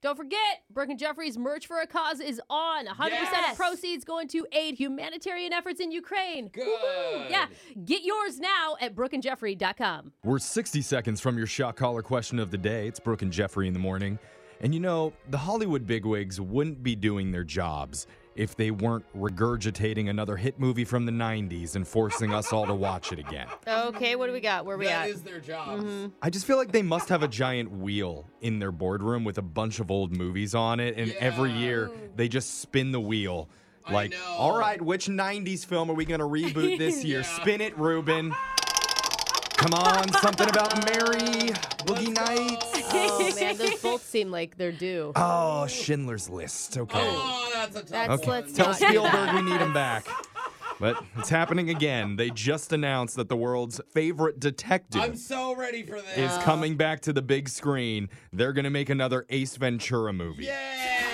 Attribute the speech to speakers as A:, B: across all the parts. A: Don't forget, Brooke and Jeffrey's merch for a cause is on. 100%
B: Yes.
A: of proceeds going to aid humanitarian efforts in Ukraine.
B: Good.
A: Woo-hoo. Yeah. Get yours now at brookeandjeffrey.com.
C: We're 60 seconds from your shock collar question of the day. It's Brooke and Jeffrey in the morning. And you know, the Hollywood bigwigs wouldn't be doing their jobs if they weren't regurgitating another hit movie from the 90s and forcing us all to watch it again.
D: Okay, what do we got? Where we at?
B: That
D: Mm-hmm.
B: is their jobs.
C: I just feel like they must have a giant wheel in their boardroom with a bunch of old movies on it. And every
B: Yeah.
C: year they just spin the wheel.
B: I
C: Like,
B: know.
C: all right, which 90s film are we going to reboot this year?
B: Yeah.
C: Spin it, Ruben. Come on, something about Mary, Boogie Nights.
D: oh man, those both seem like they're due.
C: Oh, Schindler's List. Okay.
B: Oh, that's a tough
D: That's-
B: one.
C: okay.
D: let's
C: Tell
D: not do
C: Spielberg
D: that.
C: we need him back. But it's happening again. They just announced that the world's favorite detective
B: I'm so ready for this.
C: is coming back to the big screen. They're going to make another Ace Ventura movie.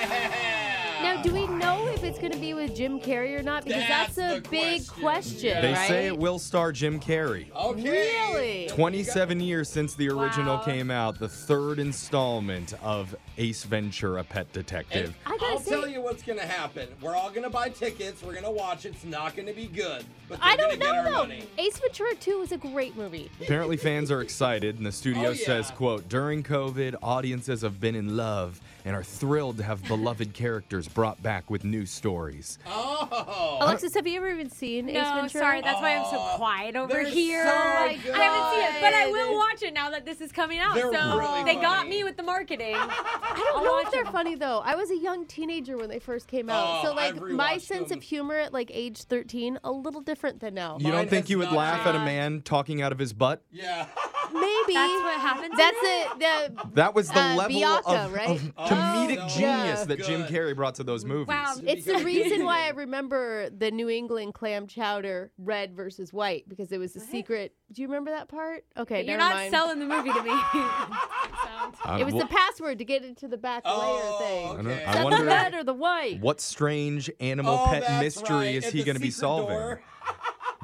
B: yeah.
A: Now, do we know if it's going to be with Jim Carrey or not? Because that's,
B: That's
A: a
B: the
A: big
B: question.
A: question,
C: They
A: right?
C: say it will star Jim Carrey.
B: okay.
D: Really?
C: 27 years since the original
A: Wow.
C: came out, the third installment of Ace Ventura Pet Detective.
A: I gotta
B: I'll
A: say-
B: tell you what's gonna happen. We're all gonna buy tickets. We're gonna watch. It's not gonna be good, but
A: I
B: they're
A: don't
B: gonna
A: know
B: get our
A: though.
B: money.
A: Ace Ventura 2 was a great movie.
C: Apparently fans are excited and the studio
B: Oh, yeah.
C: says, quote, during COVID, audiences have been in love and are thrilled to have beloved characters brought back with new stories.
B: Oh,
A: Alexis, have you ever even seen Ace
E: No,
A: Ventura?
E: sorry, that's why I'm so quiet over
B: they're
E: here.
B: so
E: I
B: good.
E: haven't seen it, but I will watch it now that this is coming out.
B: They're
E: so
B: really
E: they got
B: funny.
E: me with the marketing.
A: I don't
E: I'll
A: know if
E: watch
A: they're
E: them.
A: funny though. I was a young teenager when they first came out,
B: Oh,
A: so like
B: I've
A: my
B: rewatched
A: sense
B: them.
A: of humor at like age 13, a little different than now.
C: You
B: Oh, Mine
C: don't think
B: has
C: you would
B: not
C: laugh at a
E: changed.
C: man talking out of his butt?
B: yeah.
A: Maybe
E: That's what happens.
A: That's
E: in it.
A: it. The,
C: That was the
A: Uh,
C: level
A: Bianca,
C: of,
A: right?
C: of
B: Oh,
C: comedic
B: no.
C: genius
B: Yeah.
C: that Jim
B: Good.
C: Carrey brought to those movies.
E: Wow.
A: it's the reason why I remember the New England clam chowder, red versus white, because it was a secret. Do you remember that part? Okay,
E: You're
A: never
E: not
A: mind.
E: selling the movie to me.
C: I-
A: It was
C: Uh, wha-
A: the password to get into the back
B: Oh,
A: layer thing.
C: I, don't-
B: Okay.
C: I
A: Is that the red
C: wonder
A: or the white?
C: what strange animal
B: Oh,
C: pet
B: that's
C: mystery
B: right,
C: is
B: at
C: he
B: the
C: going to be
B: secret
C: solving?
B: door. Oh,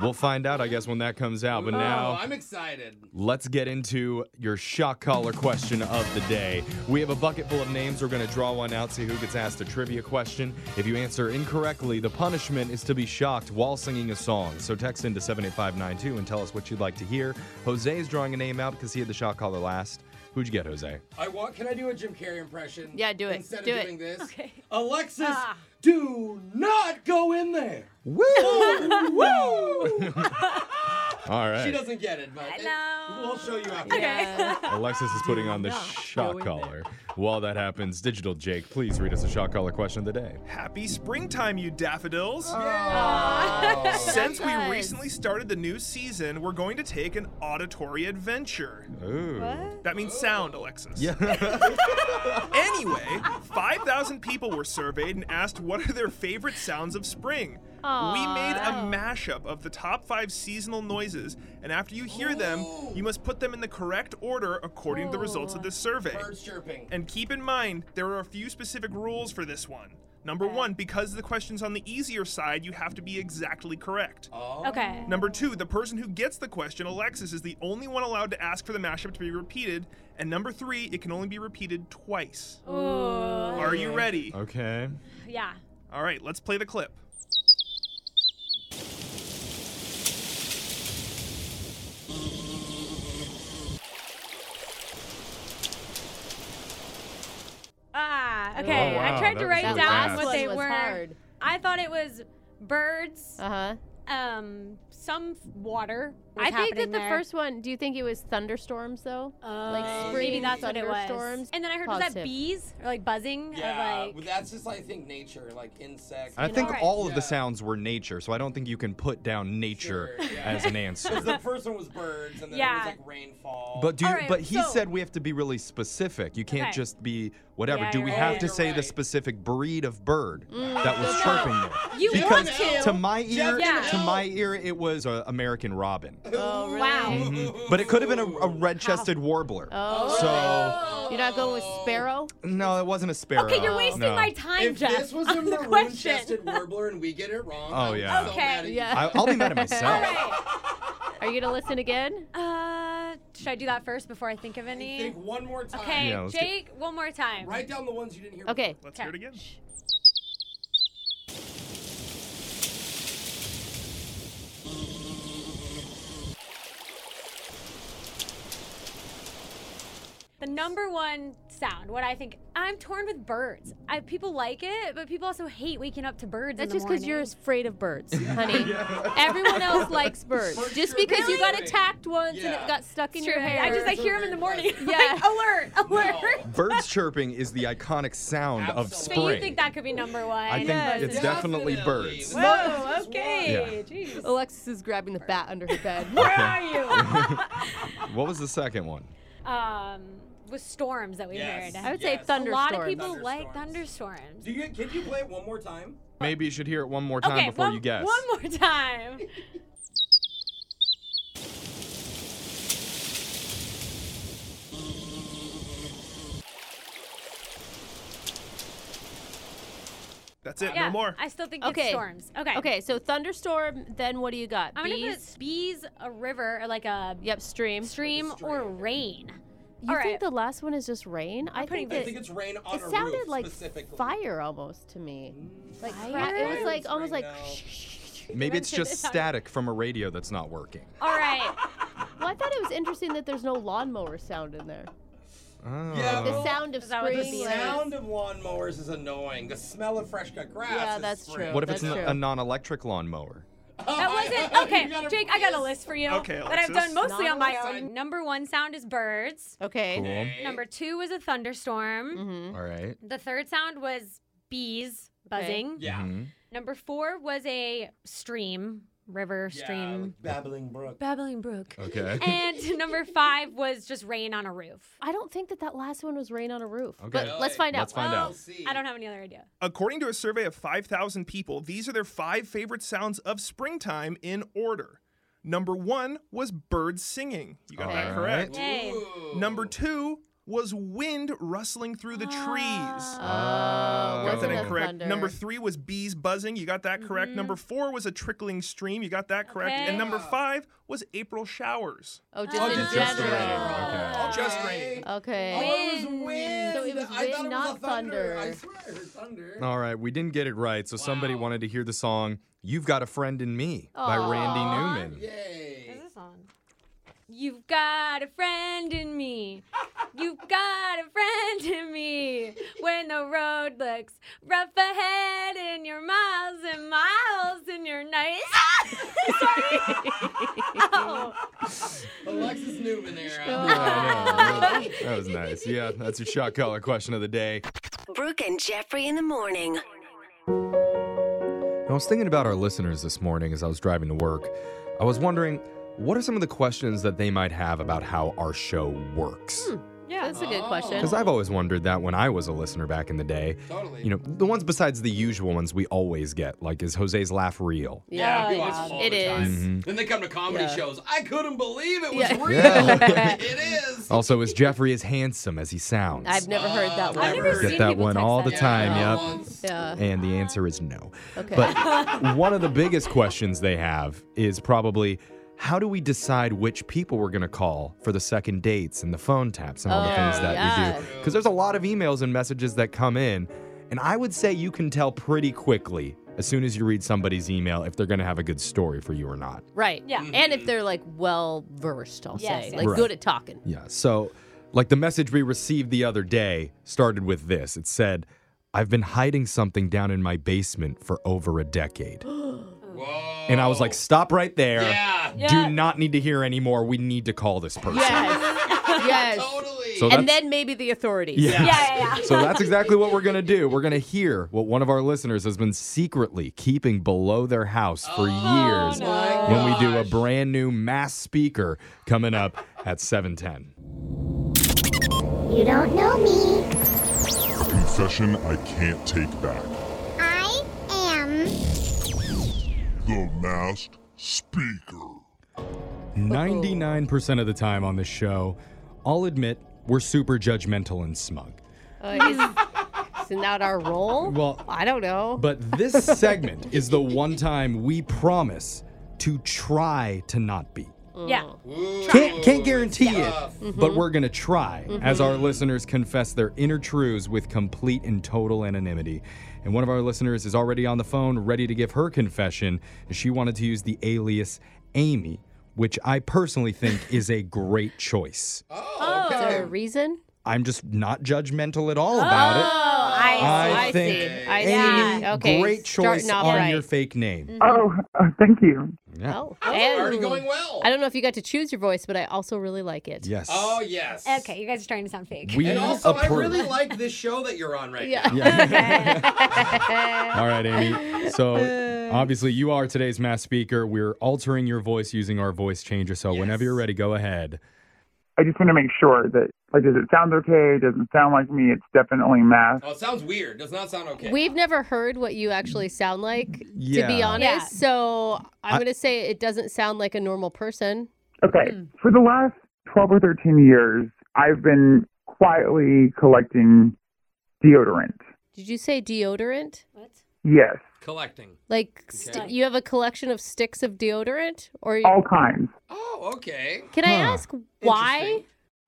C: We'll find out, I guess, when that comes out. But
B: Ooh,
C: now,
B: I'm excited.
C: let's get into your shock collar question of the day. We have a bucket full of names. We're going to draw one out, see who gets asked a trivia question. If you answer incorrectly, the punishment is to be shocked while singing a song. So text into 78592 and tell us what you'd like to hear. Jose is drawing a name out because he had the shock collar last. Who'd you get, Jose?
B: I want. Can I do a Jim Carrey impression?
A: Yeah, do it.
B: Instead
A: Do
B: of
A: it.
B: doing this.
E: Okay.
B: Alexis,
E: Ah.
B: do not go in there.
C: Woo!
B: Woo!
C: All
B: she
C: right.
B: doesn't get it, but it-
E: Hello.
B: we'll show you after.
A: Yeah.
C: Alexis is putting on the shock collar. While that happens, Digital Jake, please read us a shock collar question of the day.
F: Happy springtime, you daffodils!
B: Yeah.
F: Since we
A: Yes.
F: recently started the new season, we're going to take an auditory adventure.
C: Ooh.
F: That means sound, Alexis.
C: Yeah.
F: Anyway, 5,000 people were surveyed and asked what are their favorite sounds of spring. We made a mashup of the top five seasonal noises, and after you hear them, you must put them in the correct order according to the results of this survey.
B: Birds chirping.
F: And keep in mind, there are a few specific rules for this one. Number one, because the question's on the easier side, you have to be exactly correct.
E: okay.
F: Number two, the person who gets the question, Alexis, is the only one allowed to ask for the mashup to be repeated. And number three, it can only be repeated twice.
E: Ooh.
F: Are you ready?
C: okay.
E: Yeah.
F: All right, let's play the clip.
E: Ah. Okay.
C: Oh, wow,
E: I tried
C: that
E: to write
C: was
E: down
C: really fast.
E: what
A: That
E: they
A: one was
E: were.
A: hard.
E: I thought it was birds,
A: Uh huh.
E: um, some f- water. was
A: I think
E: happening
A: that the
E: there.
A: first one. Do you think it was thunderstorms though? like
E: Oh,
A: spring
E: maybe that's what it was.
A: thunderstorms.
E: And then I heard was
A: Positive.
E: that bees or like buzzing
B: yeah,
E: or
B: well,
E: like
B: that's just I think nature, like insects.
C: I
B: You
C: think
E: Alright.
C: all of
B: Yeah.
C: the sounds were nature, so I don't think you can put down nature
B: Sure, yeah.
C: as an
B: know, 'cause the
C: answer.
B: first one was birds, and then
E: Yeah.
B: it was like rainfall.
C: But do you,
E: Alright,
C: but he
E: so-
C: said we have to be really specific. You can't
E: Okay.
C: just be whatever.
E: Yeah,
C: do we
E: you're
C: have
E: right. Mm.
C: to
B: You're
C: say the
B: right.
C: specific breed of bird that was chirping there?
E: you
B: Because
E: want
B: to-
E: to.
C: To my ear,
E: Yeah.
C: to my ear, it was uh, American robin,
A: Oh, really?
E: Wow.
C: Mhm. but it could have been a, a red-chested warbler.
A: Oh.
C: So
A: You're not going with sparrow?
C: no, it wasn't a sparrow.
E: Okay, you're wasting
C: No.
E: my time,
B: if
E: Jeff.
B: this was a
E: on the question.
B: maroon-chested warbler and we get it wrong,
C: Oh,
B: I would be
C: yeah.
B: so
E: Okay,
B: mad at you.
A: yeah.
C: I, I'll be mad at myself.
E: All right.
A: Are you gonna listen again?
E: Uh, Should I do that first before I think of any?
B: Think one more time.
E: okay,
C: Yeah, let's get-
E: Jake, one more time.
B: Write down the ones you didn't hear.
A: Okay.
F: Let's hear it again.
E: The number one sound, what I think, I'm torn with birds. I, people like it, but people also hate waking up to birds.
A: That's
E: in the
A: just because you're
E: morning.
A: afraid of birds, honey. Everyone else likes birds.
B: Birds
A: Just
B: are
A: because you got
B: amazing.
A: attacked once and
B: Yeah.
A: it got stuck in
E: It's
A: your
E: true.
A: hair.
E: I just I
B: Birds
E: hear
B: are
E: them in the
B: very
E: morning.
B: pleasant.
E: Yeah. alert, alert.
B: No.
C: Birds chirping is the iconic sound of
B: Absolutely.
E: But you
C: spring.
E: think that could be number one?
C: I think
A: Yes.
C: it's definitely,
B: Definitely.
C: birds.
B: Well-
E: Whoa,
B: That's
E: okay.
C: Yeah.
E: Jeez.
A: Alexis is grabbing the bat under her bed.
E: Where are you?
C: What was the second one?
E: um, with storms that we
B: Yes.
E: heard.
A: I would say
B: Yes.
E: A
A: thunder.
E: lot of
A: Thunderstorms.
E: people like
B: Do
E: thunderstorms.
B: you can you play it one more time?
C: Maybe you should hear it one more time before
E: one,
C: you guess.
E: one more time.
F: That's it.
E: Yeah,
F: no more.
E: I still think it's
A: Okay.
E: storms. Okay.
A: Okay, so thunderstorm. Then what do you got?
E: I'm gonna
A: Bees.
E: put bees, a river, or like a
A: Yep, stream.
E: stream or rain.
A: You
E: All
A: think
E: right.
A: the last one is just rain? I
E: putting
A: think
E: It-
B: I
A: that
B: think
A: it
B: it's rain on a
A: sounded
B: roof
A: like
B: specifically.
A: fire almost to me. Like
E: Fire?
A: cra- it was
B: Fires
A: like almost
B: right
A: like.
B: now.
C: Maybe it's just static from a radio that's not working.
E: All right.
A: Well, I thought it was interesting that there's no lawnmower sound in there.
C: Oh.
B: Yeah,
A: The
B: well-
A: sound of
E: Is that what the
A: spring.
E: bees
B: The
A: like-
B: sound of lawnmowers is annoying. The smell of fresh cut grass.
A: Yeah,
B: is
A: that's
B: spring.
A: true.
C: what if
A: That's
C: it's n-
A: true.
C: a non-electric lawnmower?
E: That wasn't okay, Jake. I got a list for you
F: Okay,
E: that I've done
F: Alexis.
E: mostly on my
B: Non-outside.
E: own. Number one sound is birds.
A: Okay.
C: Cool.
E: Number two was a thunderstorm.
A: Mm-hmm.
C: All right.
E: The third sound was bees buzzing.
B: Yeah.
C: Mhm.
E: Number four was a stream, river,
B: Yeah,
E: stream,
B: like babbling brook.
E: babbling brook.
C: Okay.
E: and number five was just rain on a roof.
A: I don't think that that last one was rain on a roof.
C: Okay.
A: But let's find out.
C: Let's find out.
B: We'll see.
E: I don't have any other idea.
F: According to a survey of 5,000 people, these are their five favorite sounds of springtime in order. Number one was birds singing. You got that
C: All
F: correct.
C: right.
E: Yay.
B: Ooh.
F: Number two was wind rustling through the trees.
C: Oh.
A: Oh, wasn't
F: Got
C: Wasn't
A: a
F: that correct.
A: Ah. thunder. Mm-hmm.
F: Number three was bees buzzing. You got that correct. Number four was a trickling stream. You got that correct.
E: Okay.
F: And number five was April showers.
A: Oh, just
B: Oh,
A: in
B: just-
C: just
A: general.
C: rain. Okay.
F: Just
B: Okay.
F: raining.
B: Oh,
A: Okay.
B: it was wind.
A: So it was
B: I thought
A: wind,
B: it was
A: not
B: a thunder. I
A: thunder.
B: swear, it was thunder.
C: All right. We didn't get it right, so somebody wanted to hear the song "You've Got a Friend in Me" by
E: Aw.
C: Randy Newman.
B: Yay.
E: There's a song. You've got a friend in me. You've got a friend in me. When the road looks rough ahead and you're miles and miles and you're nice. Oh,
B: Alexis Newman there.
C: I know. that was nice. Yeah, that's your shot collar question of the day.
G: Brooke and Jeffrey in the morning.
C: I was thinking about our listeners this morning as I was driving to work. I was wondering, what are some of the questions that they might have about how our show works?
E: yeah.
A: Hmm. That's a good
B: Oh.
A: question.
C: Because I've always wondered that when I was a listener back in the day.
B: Totally.
C: You know, the ones besides the usual ones we always get, like is Jose's laugh real?
B: yeah, we
A: Yeah,
B: watch them all
A: it
B: the time.
A: is.
C: Mm-hmm.
B: Then they come to comedy
A: Yeah.
B: shows. I couldn't believe it was
A: Yeah.
B: real.
C: Yeah.
B: it is.
C: Also, is Jeffrey as handsome as he sounds?
A: I've never heard that
B: I've
A: one.
E: I've never
C: Get
E: seen
C: that
E: people
C: one
E: text
C: all
E: that.
C: the time,
B: Yeah.
C: yep.
B: Once.
A: Yeah.
C: And the answer is no.
A: Okay.
C: But one of the biggest questions they have is probably how do we decide which people we're going to call for the second dates and the phone taps and all the
A: Oh,
C: things that we do?
A: yeah.
C: Because there's a lot of emails and messages that come in. And I would say you can tell pretty quickly as soon as you read somebody's email if they're going to have a good story for you or not.
A: right.
E: Yeah.
A: And if they're like well versed, I'll
E: Yes,
A: say,
E: yes.
A: like
C: Right.
A: good at talking.
C: Yeah. So, like the message we received the other day started with this it said, I've been hiding something down in my basement for over a decade.
B: Whoa.
C: And I was like, stop right there.
B: yeah.
E: Yeah.
C: Do not need to hear any more. We need to call this person.
A: Yes. yes.
B: Totally.
C: So
A: and
C: that's-
A: then maybe the authorities.
C: Yeah.
E: Yeah, yeah, yeah.
C: So that's exactly what we're going to do. We're going to hear what one of our listeners has been secretly keeping below their house for years
E: no.
B: My
C: when we do a
B: gosh.
C: brand new mass speaker coming up at 710.
H: You don't know me.
I: A confession I can't take back.
H: I am.
I: The masked speaker.
C: 99% of the time on this show, I'll admit we're super judgmental and smug.
A: Uh, is, isn't that our role?
C: Well,
A: I don't know.
C: but this segment is the one time we promise to try to not be.
E: Yeah.
B: Ooh,
C: Can't, can't guarantee
B: tough.
C: it, but we're going to try as our listeners confess their inner truths with complete and total anonymity. And one of our listeners is already on the phone, ready to give her confession. And she wanted to use the alias Amy, which I personally think is a great choice.
B: Oh,
A: Is there
B: okay.
A: a reason?
C: I'm just not judgmental at all about it. I,
A: Oh, I
C: think
A: see. I see.
C: Amy,
A: Yeah. Okay,
C: great choice
A: starting off
C: on
A: right. Mm-hmm.
C: your fake name.
J: Oh, uh, thank you.
C: Yeah.
A: Oh,
B: Already
A: and-
B: going well.
A: I don't know if you got to choose your voice, but I also really like it.
C: Yes.
B: Oh yes.
E: Okay, you guys are trying to sound fake.
C: We
B: And also, I
C: approve.
B: really like this show that you're on right
A: Yeah.
B: now.
C: Yeah. All right, Amy. So
A: Uh.
C: obviously you are today's mass speaker. We're altering your voice using our voice changer. So whenever you're ready, go ahead.
J: I just want to make sure that, like, does it sound okay? Doesn't sound like me. It's definitely math.
B: Oh, it sounds weird. Does not sound okay.
A: We've never heard what you actually sound like, to be
C: Yeah.
A: honest.
E: Yeah.
A: So I'm
C: I-
A: going to say it doesn't sound like a normal person.
J: Okay. For the last 12 or 13 years, I've been quietly collecting deodorant.
A: Did you say deodorant?
E: What?
J: Yes,
B: Collecting.
A: Like st-
B: Okay.
A: you have a collection of sticks of deodorant, or you-
J: all kinds.
B: Oh, okay.
A: can I
C: Huh.
A: ask why?
B: Interesting.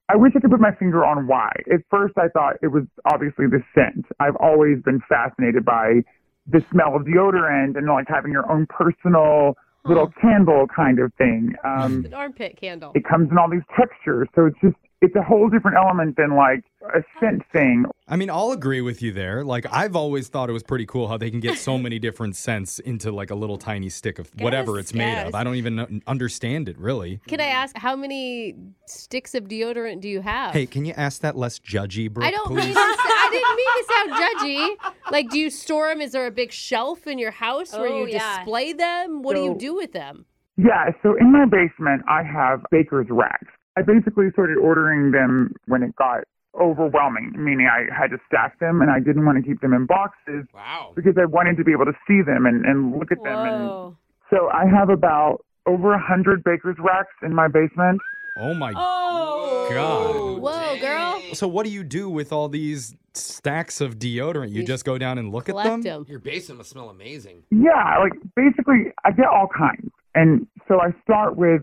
J: I wish I could put my finger on why. At first, I thought it was obviously the scent. I've always been fascinated by the smell of deodorant and like having your own personal little candle kind of thing. Um,
A: An armpit candle.
J: it comes in all these textures, so it's just it's a whole different element than like a scent thing.
C: I mean, I'll agree with you there. Like I've always thought it was pretty cool how they can get so many different scents into like a little tiny stick of whatever
E: Yes,
C: it's made
E: yes.
C: of. I don't even know- understand it really.
A: Can I ask how many sticks of deodorant do you have?
C: Hey, can you ask that less judgy, Brooke,
A: Oh. I don't mean
C: please?
A: to, I didn't mean to sound judgy. Like, do you store them? Is there a big shelf in your house where
E: Oh,
A: you
E: yeah.
A: display them? What do you
J: So-
A: do with them?
J: Yeah, so in my basement, I have baker's racks. I basically started ordering them when it got overwhelming, meaning I had to stack them and I didn't want to keep them in boxes
B: Wow.
J: because I wanted to be able to see them and, and look at them. And
E: Whoa.
J: so I have about over a hundred baker's racks in my basement.
C: Oh my
E: Oh.
C: god.
A: Whoa, Oh, girl.
C: So what do you do with all these stacks of deodorant? You
A: You
C: just go down and look at them?
A: Collect them.
B: Your basement must smell amazing.
J: Yeah, like basically, I get all kinds. And so I start with,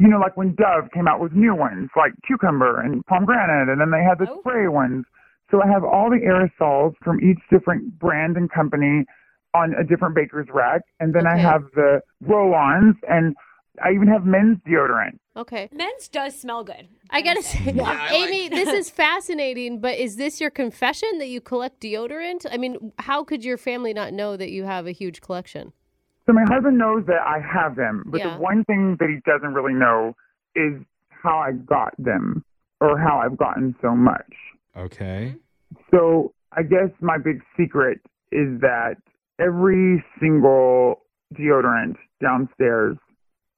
J: you know, like when Dove came out with new ones, like cucumber and pomegranate, and then they had the
E: Oh.
J: spray ones. So I have all the aerosols from each different brand and company on a different baker's rack. And then I
A: Okay.
J: have the roll ons, and I even have men's deodorant.
A: Okay.
E: Men's does smell good.
A: I gotta say,
B: Yeah, I like-
A: Amy, this is fascinating. But is this your confession that you collect deodorant? I mean, how could your family not know that you have a huge collection?
J: So my husband knows that I have them, but
A: Yeah.
J: the one thing that he doesn't really know is how I got them or how I've gotten so much.
C: Okay.
J: So I guess my big secret is that every single deodorant downstairs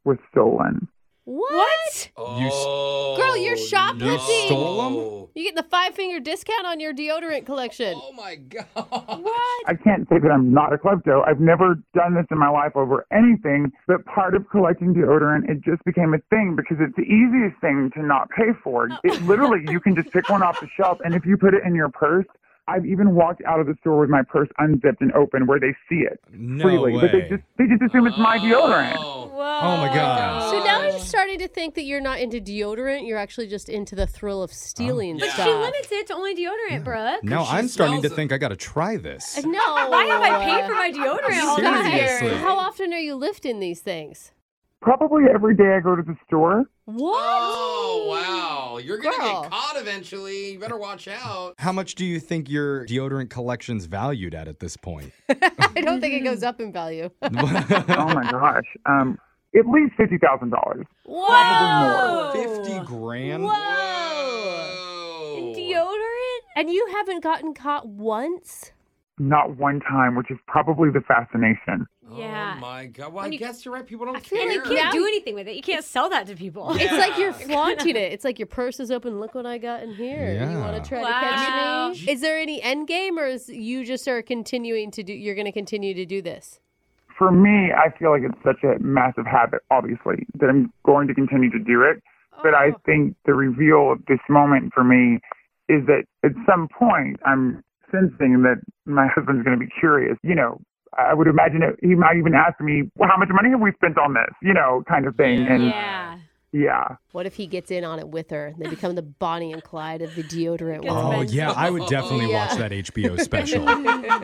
J: was stolen.
A: What?
C: You s-
B: Oh,
A: Girl, you're
B: no.
A: shoplifting.
C: Stole
A: You get the five finger discount on your deodorant collection.
B: Oh my god.
E: What?
J: I can't say that I'm not a klepto. I've never done this in my life over anything, but part of collecting deodorant, it just became a thing because it's the easiest thing to not pay for. It literally, you can just pick one off the shelf, and if you put it in your purse, I've even walked out of the store with my purse unzipped and open where they see it
C: No
J: freely, but they
C: way.
J: just they just assume it's my deodorant.
B: Oh.
C: Oh my god.
A: So
E: Uh.
A: now I'm starting to think that you're not into deodorant. You're actually just into the thrill of stealing
B: But she
A: stuff.
E: She limits it to only deodorant, Brooke.
C: Now
B: she
C: I'm starting
B: smells it.
C: to think I gotta try this.
A: No.
E: Why have I paid for my deodorant all
A: Guys,
E: these years?
C: Seriously.
A: How often are you lifting these things?
J: Probably every day I go to the store.
A: What?
B: Oh wow. You're gonna
A: Girl.
B: get caught eventually. You better watch out.
C: How much do you think your deodorant collection's valued at at this point?
A: I don't think it goes up in value.
J: oh my gosh. Um, at least fifty thousand dollars.
E: Whoa.
C: Fifty grand?
B: Whoa.
E: Deodorant?
A: and you haven't gotten caught once?
J: Not one time, which is probably the fascination.
E: Yeah.
B: Oh my god. Well,
E: When
B: I
E: you-
B: guess you're right. People don't
A: I feel
B: care.
E: And you
A: like
E: can't
A: Yeah.
E: do anything with it. You can't sell that to people.
A: It's like you're
B: Yeah.
A: flaunting it. It's like your purse is open. Look what I got in here. You want
C: Yeah.
A: to try
E: Wow.
A: to catch me? Is there any end game, or is you just are continuing to do? You're going to continue to do this.
J: For me, I feel like it's such a massive habit, obviously, that I'm going to continue to do it. But I think the reveal of this moment for me is that at some point I'm sensing that my husband's going to be curious. You know, I would imagine it, he might even ask me, well, how much money have we spent on this? You know, kind of thing. And
E: Yeah.
J: Yeah.
A: What if he gets in on it with her? They become the Bonnie and Clyde of the deodorant world.
C: Oh yeah, I would definitely watch that HBO special. All right,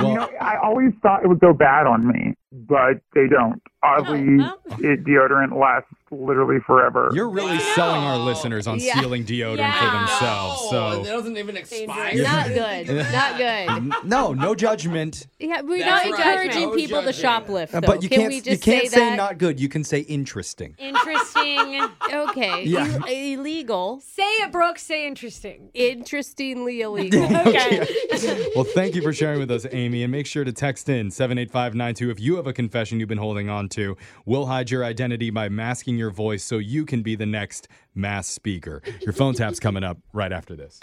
J: You
C: well,
J: know, I always thought it would go bad on me, but they don't. Oddly, it, deodorant lasts literally forever.
C: You're really selling our listeners on
A: Yeah.
C: stealing deodorant for themselves.
B: Oh, it
C: So
B: doesn't even expire.
A: Dangerous. Not good. Not good.
C: N- no, no judgment.
A: Yeah, we're
B: That's
A: not
B: right.
A: encouraging
B: No
A: people to
B: judging.
A: shoplift.
C: Uh,
A: Though.
C: But you
A: Can
C: can't.
A: we
C: you
A: just
C: can't say,
A: that?
C: not good. You can say interesting.
E: Interesting.
A: Okay.
C: Yeah.
A: ill- illegal.
E: Say it, Brooke. Say interesting.
A: Interestingly illegal.
C: Well, thank you for sharing with us, Amy, and make sure to text in seven eight five nine two if you have a confession you've been holding on to. We'll hide your identity by masking your voice so you can be the next mass speaker. Your phone tap's coming up right after this.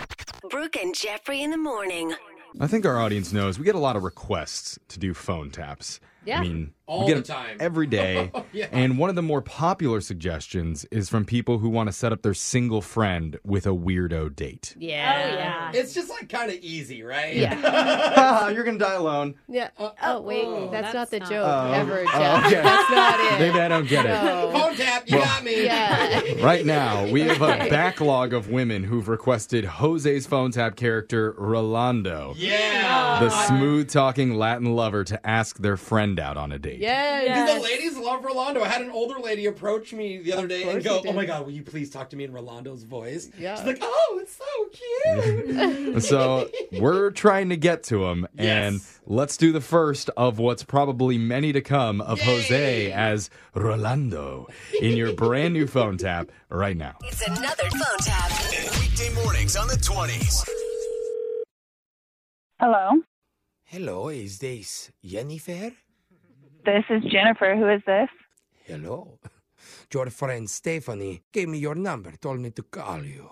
G: Brooke and Jeffrey in the morning.
C: I think our audience knows we get a lot of requests to do phone taps.
G: Yeah.
C: I mean,
B: All
C: we get
B: the
C: them
B: time. Oh,
C: every day.
B: Yeah.
C: And one of the more popular suggestions is from people who want to set up their single friend with a weirdo date.
A: Yeah. Oh, yeah.
B: It's just like kind of easy, right?
C: Haha, You're gonna die alone.
A: Yeah. Oh, wait, that's, not the joke
C: Oh.
A: ever,
C: Oh,
A: Jeff.
C: okay.
A: That's not it.
C: Maybe I don't get it.
A: No.
B: Phone tap, you got me.
A: Yeah.
C: Right now, we have a backlog of women who've requested Jose's phone tap character, Rolando,
B: Yeah.
C: the smooth talking Latin lover, to ask their friend out on a date.
A: Yes.
B: Do the ladies love Rolando? I had an older lady approach me the other day and go, "Oh my god, will you please talk to me in Rolando's voice?"
A: Yeah.
B: She's like, "Oh, it's so cute."
C: So we're trying to get to him, and
B: Yes.
C: let's do the first of what's probably many to come of
B: Yay.
C: Jose as Rolando in your brand new phone tap right now.
G: It's another phone tap.
K: Weekday mornings on the 20s.
L: Hello,
K: Hello, is this Jennifer?
L: this is Jennifer. Who is this?
K: Hello. Your friend Stephanie gave me your number, told me to call you.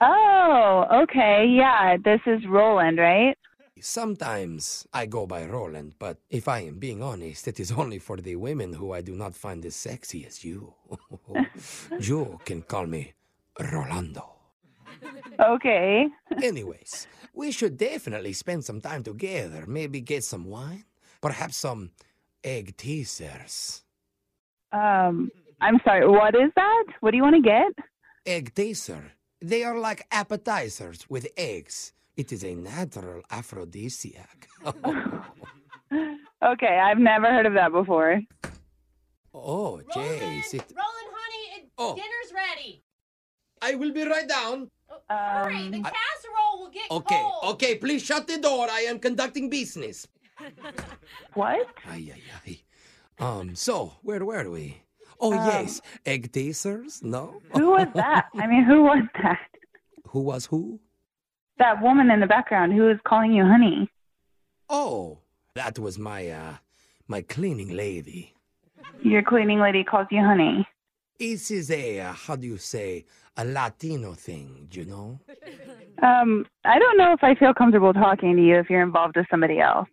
L: Oh, okay. Yeah, this is Roland, right?
K: Sometimes I go by Roland, but if I am being honest, it is only for the women who I do not find as sexy as you. you can call me Rolando.
L: Okay.
K: Anyways, we should definitely spend some time together. Maybe get some wine, perhaps some egg teasers.
L: Um, I'm sorry. What is that? What do you want to get?
K: Egg taster. They are like appetizers with eggs. It is a natural aphrodisiac. Oh,
L: Okay, I've never heard of that before.
K: oh, jeez. It...
E: Roland, honey, it,
K: Oh.
E: dinner's ready.
K: I will be right down.
E: Oh, Hurry, the
K: Um, I-
E: casserole will get
K: Okay,
E: cold.
K: okay, please shut the door. I am conducting business.
L: What?
K: Ay, ay, ay. Um, so, where were we? Oh,
L: Um,
K: yes, egg teasers? No?
L: Who was that? I mean, who was that?
K: Who was who?
L: That woman in the background who is calling you honey.
K: Oh, that was my, uh, my cleaning lady.
L: Your cleaning lady calls you honey.
K: This is a, uh, how do you say, a Latino thing, you know?
L: Um, I don't know if I feel comfortable talking to you if you're involved with somebody else.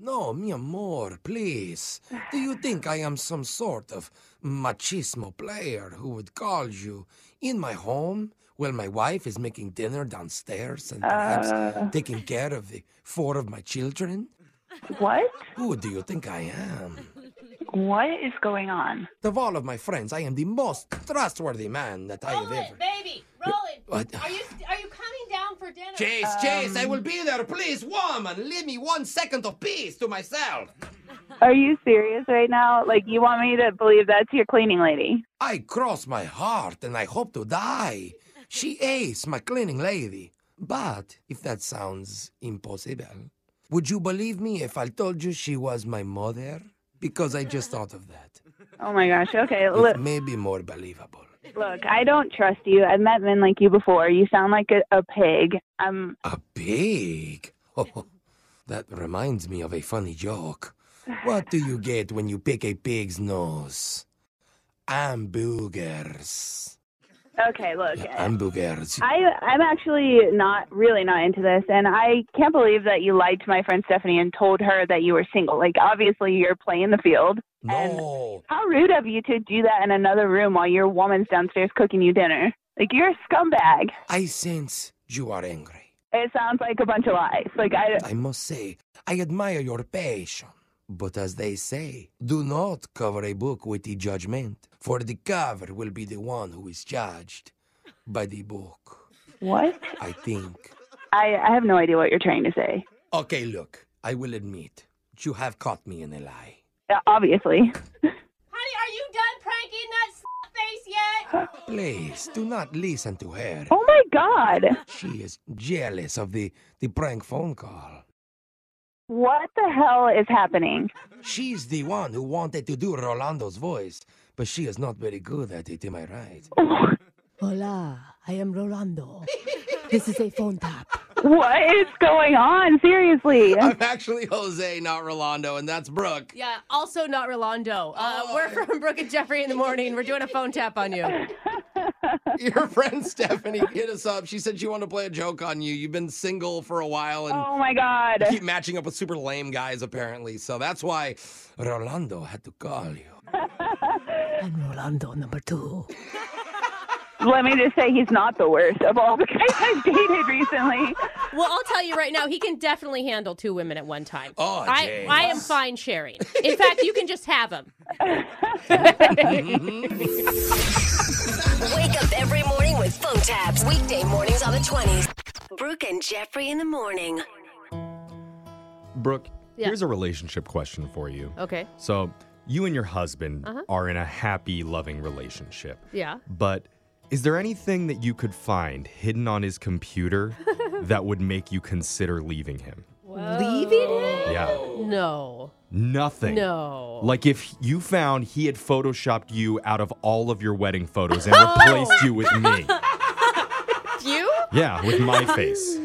K: No, mi amor, please. Do you think I am some sort of machismo player who would call you in my home while my wife is making dinner downstairs and perhaps
L: Uh.
K: taking care of the four of my children?
L: What?
K: Who do you think I am?
L: What is going on?
K: Of all of my friends, I am the most trustworthy man that I have ever.
E: Baby, Roland,
K: What?
E: are you are you coming down for dinner?
K: Chase, Chase, I will be there, please, woman. Leave me one second of peace to myself.
L: Are you serious right now? Like, you want me to believe that's your cleaning lady?
K: I cross my heart and I hope to die. She is my cleaning lady. But if that sounds impossible, would you believe me if I told you she was my mother? Because I just thought of that.
L: Oh my gosh. Okay. Look,
K: It may be more believable.
L: look, I don't trust you. I've met men like you before. You sound like a, a pig. Um,
K: A pig? Oh, that reminds me of a funny joke. What do you get when you pick a pig's nose? Hamburgers.
L: okay, look.
K: Hamburgers.
L: I, I'm actually not really not into this, and I can't believe that you lied to my friend Stephanie and told her that you were single. Like, obviously, you're playing the field.
K: No.
L: How rude of you to do that in another room while your woman's downstairs cooking you dinner. Like, you're a scumbag.
K: I sense you are angry.
L: It sounds like a bunch of lies. Like, I,
K: I must say, I admire your passion. But as they say, do not cover a book with the judgment, for the cover will be the one who is judged by the book.
L: What?
K: I think.
L: I, I have no idea what you're trying to say.
K: Okay, look, I will admit, you have caught me in a lie.
L: Uh, Obviously.
D: Honey, are you done pranking that s- face yet?
K: Please do not listen to her.
L: Oh my god.
K: She is jealous of the, the prank phone call.
L: What the hell is happening?
K: She's the one who wanted to do Rolando's voice, but she is not very good at it, am I right?
L: Oh
A: Hola, I am Rolando. this is a phone tap.
L: What is going on? Seriously.
K: I'm actually Jose, not Rolando, and that's Brooke.
A: Yeah, also not Rolando. Uh,
K: Oh.
A: We're from Brooke and Jeffrey in the morning. We're doing a phone tap on you.
K: Your friend Stephanie hit us up. She said she wanted to play a joke on you. You've been single for a while and
L: Oh my god.
K: you keep matching up with super lame guys, apparently. So that's why Rolando had to call you.
A: I'm Rolando number two.
L: Let me just say he's not the worst of all the guys I've dated recently.
A: Well, I'll tell you right now, he can definitely handle two women at one time.
K: Oh,
A: I,
K: James.
A: I am fine sharing. In fact, you can just have him.
G: Wake up every morning with phone tabs. Weekday mornings on the 20s. Brooke and Jeffrey in the morning.
C: Brooke,
G: Yeah.
C: here's a relationship question for you.
A: Okay.
C: So, you and your husband
A: Uh-huh.
C: are in a happy, loving relationship.
A: Yeah.
C: But is there anything that you could find hidden on his computer that would make you consider leaving him?
A: Leaving him?
C: Yeah.
A: No.
C: Nothing.
A: No.
C: Like if you found he had photoshopped you out of all of your wedding photos
A: Oh.
C: and replaced you with me.
A: You?
C: Yeah, with my face.